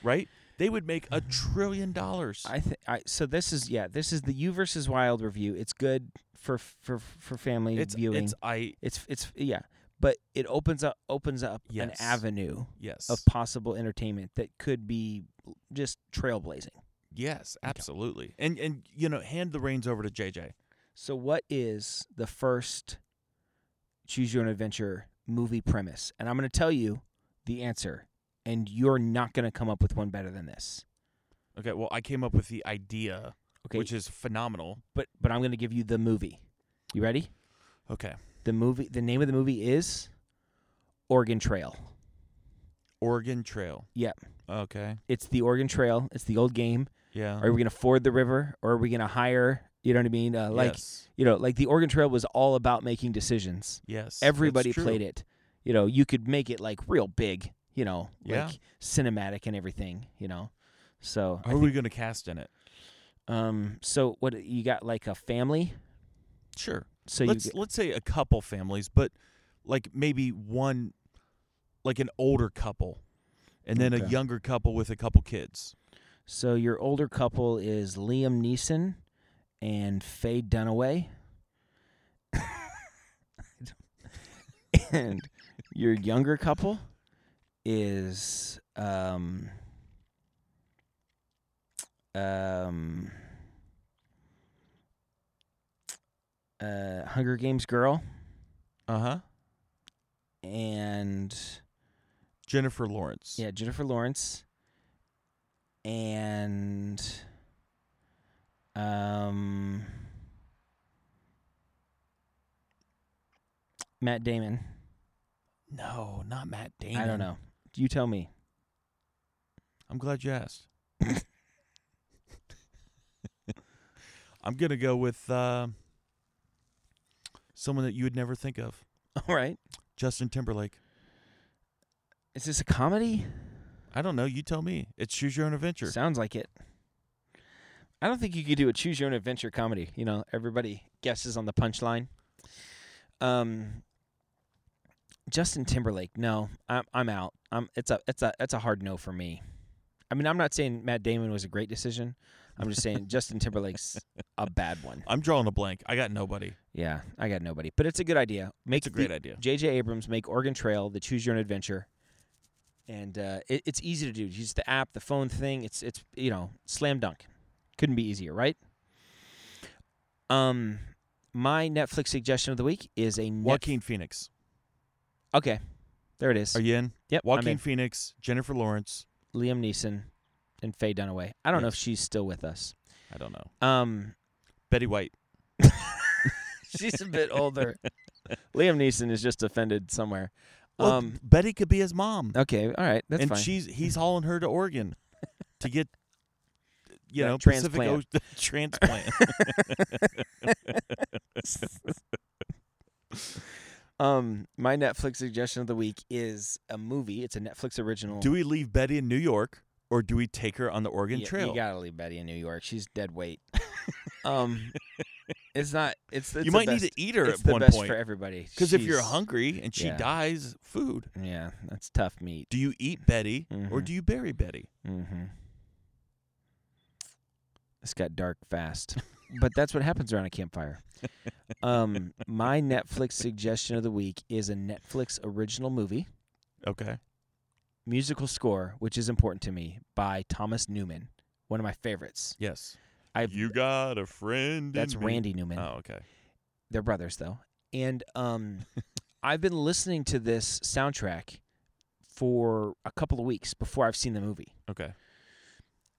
right they would make a trillion dollars Mm-hmm. I, th- I so this is yeah this is the U versus Wild review. It's good for for for family it's viewing. it's i It's it's yeah, but it opens up opens up an Yes. avenue yes of possible entertainment that could be just trailblazing. yes absolutely and and you know hand the reins over to jj So what is the first choose your own adventure movie premise? And I'm going to tell you the answer and you're not going to come up with one better than this. okay well i came up with the idea Okay. which is phenomenal but but I'm going to give you the movie. You ready? okay The movie the name of the movie is Oregon Trail. oregon trail Yep. okay It's the Oregon Trail. It's the old game. yeah Are we going to ford the river or are we going to hire, you know what I mean? Uh, like yes, you know, like the Oregon Trail was all about making decisions. yes Everybody played it. You know, you could make it like real big, you know, Yeah. like cinematic and everything, you know. So, Who are we going to cast in it? um so what you got like a family? Sure. So you let's get- let's say a couple families, but like maybe one, like an older couple, and then a Okay. younger couple with a couple kids. so your older couple is Liam Neeson and Faye Dunaway. and your younger couple is um um uh Hunger Games girl Uh huh. and Jennifer Lawrence. yeah, Jennifer Lawrence and um Matt Damon. No, not Matt Damon. I don't know. You tell me. I'm glad you asked. I'm gonna go with uh, someone that you would never think of, All right. Justin Timberlake. Is this a comedy? I don't know. You tell me. It's choose your own adventure. Sounds like it. I don't think you could do a choose your own adventure comedy. You know, everybody guesses on the punchline. Um, Justin Timberlake. No, I'm I'm out. I'm it's a it's a it's a hard no for me. I mean, I'm not saying Matt Damon was a great decision. I'm just saying Justin Timberlake's a bad one. I'm drawing a blank. I got nobody. Yeah, I got nobody, but it's a good idea. Make It's a great the- idea. J.J. Abrams make Oregon Trail the Choose Your Own Adventure, and uh, it, it's easy to do. Use the app, the phone thing. It's it's you know slam dunk. Couldn't be easier, right? Um, my Netflix suggestion of the week is a Netf- Joaquin Phoenix. Okay, there it is. Are you in? yep, I'm Joaquin in. Phoenix, Jennifer Lawrence. Liam Neeson and Faye Dunaway. I don't know if she's still with us. I don't know. Um, Betty White. she's a bit older. Liam Neeson is just offended somewhere. um, Betty could be his mom, Okay, all right, that's and fine. she's he's hauling her to Oregon to get, you That know, transplant. Pacific Ocean transplant. Um, my Netflix suggestion of the week is a movie. It's a Netflix original. do we leave Betty in New York or do we take her on the Oregon you, you Trail? gotta leave Betty in New York. She's dead weight. um, it's not. It's, it's You the might need best. to eat her it's at the one best point for everybody. because if you're She's- hungry and she yeah. dies, food. yeah, that's tough meat. Do you eat Betty or Mhm. do you bury Betty? Mm-hmm. This got dark fast, but that's what happens around a campfire. Um, my Netflix suggestion of the week is a Netflix original movie, Okay. musical score, which is important to me, by Thomas Newman, one of my favorites. Yes. I- you got a friend. in That's me. Randy Newman. Oh, okay. They're brothers though. And um I've been listening to this soundtrack for a couple of weeks before I've seen the movie. Okay.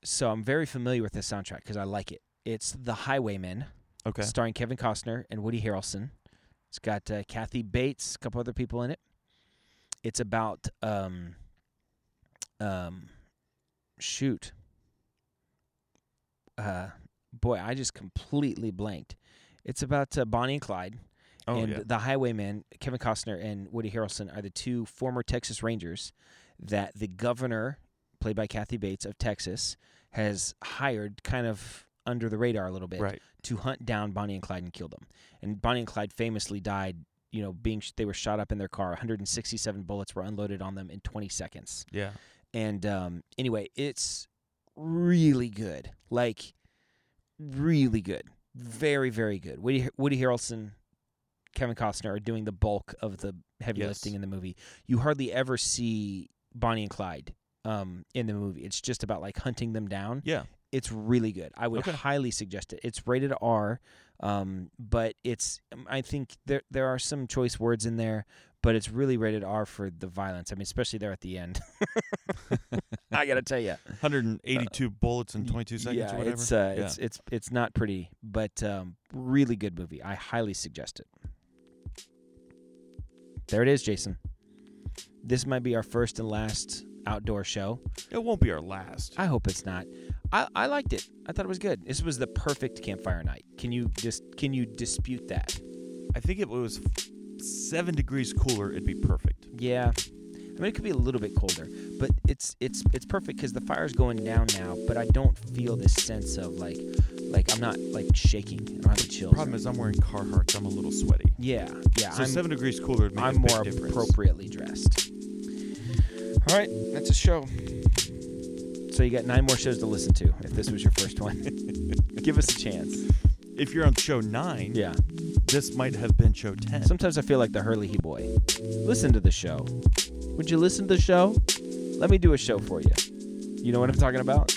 So I'm very familiar with this soundtrack because I like it. It's The Highwaymen, Okay. starring Kevin Costner and Woody Harrelson. It's got uh, Kathy Bates, a couple other people in it. It's about um um shoot. Uh boy, I just completely blanked. It's about uh, Bonnie and Clyde Oh, and yeah. the Highwaymen, Kevin Costner and Woody Harrelson, are the two former Texas Rangers that the governor, played by Kathy Bates of Texas, has hired kind of under the radar a little bit Right. to hunt down Bonnie and Clyde and kill them. And Bonnie and Clyde famously died, you know, being sh- they were shot up in their car. 167 bullets were unloaded on them in 20 seconds. Yeah. And um, anyway, it's really good. Like, really good. Very, very good. Woody, Woody Harrelson, Kevin Costner are doing the bulk of the heavy Yes. lifting in the movie. You hardly ever see Bonnie and Clyde um, in the movie. It's just about like hunting them down. Yeah. It's really good. I would Okay. highly suggest it. It's rated R, um, but it's um, I think there there are some choice words in there, but it's really rated R for the violence. I mean, especially there at the end. I gotta tell you, 182 bullets in 22 seconds Uh, yeah, or whatever. it's uh, Yeah. it's it's it's not pretty, but um, really good movie. I highly suggest it. There it is, Jason. This might be our first and last outdoor show. it won't be our last. I hope it's not. I, I liked it. I thought it was good. This was the perfect campfire night. Can you just can you dispute that? I think if it was f- seven degrees cooler, it'd be perfect. Yeah. I mean, it could be a little bit colder, but it's it's it's perfect because the fire's going down now. But I don't feel this sense of like like I'm not like shaking. I don't have the chills. Problem is, I'm wearing Carhartts. I'm a little sweaty. Yeah, yeah. So I'm seven degrees cooler would make I'm a big more difference. appropriately dressed. All right, that's a show. So you got nine more shows to listen to. If this was your first one, give us a chance. If you're on show nine, Yeah. this might have been show ten. Sometimes I feel like the Hurley He Boy. Listen to the show. Would you listen to the show? Let me do a show for you. You know what I'm talking about?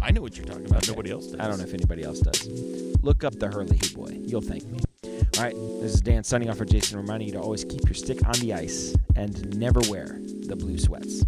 I know what you're talking about. Okay. Uh, Nobody else does. I don't know if anybody else does. Look up the Hurley He Boy. You'll thank me. All right, this is Dan signing off for Jason, reminding you to always keep your stick on the ice and never wear the blue sweats.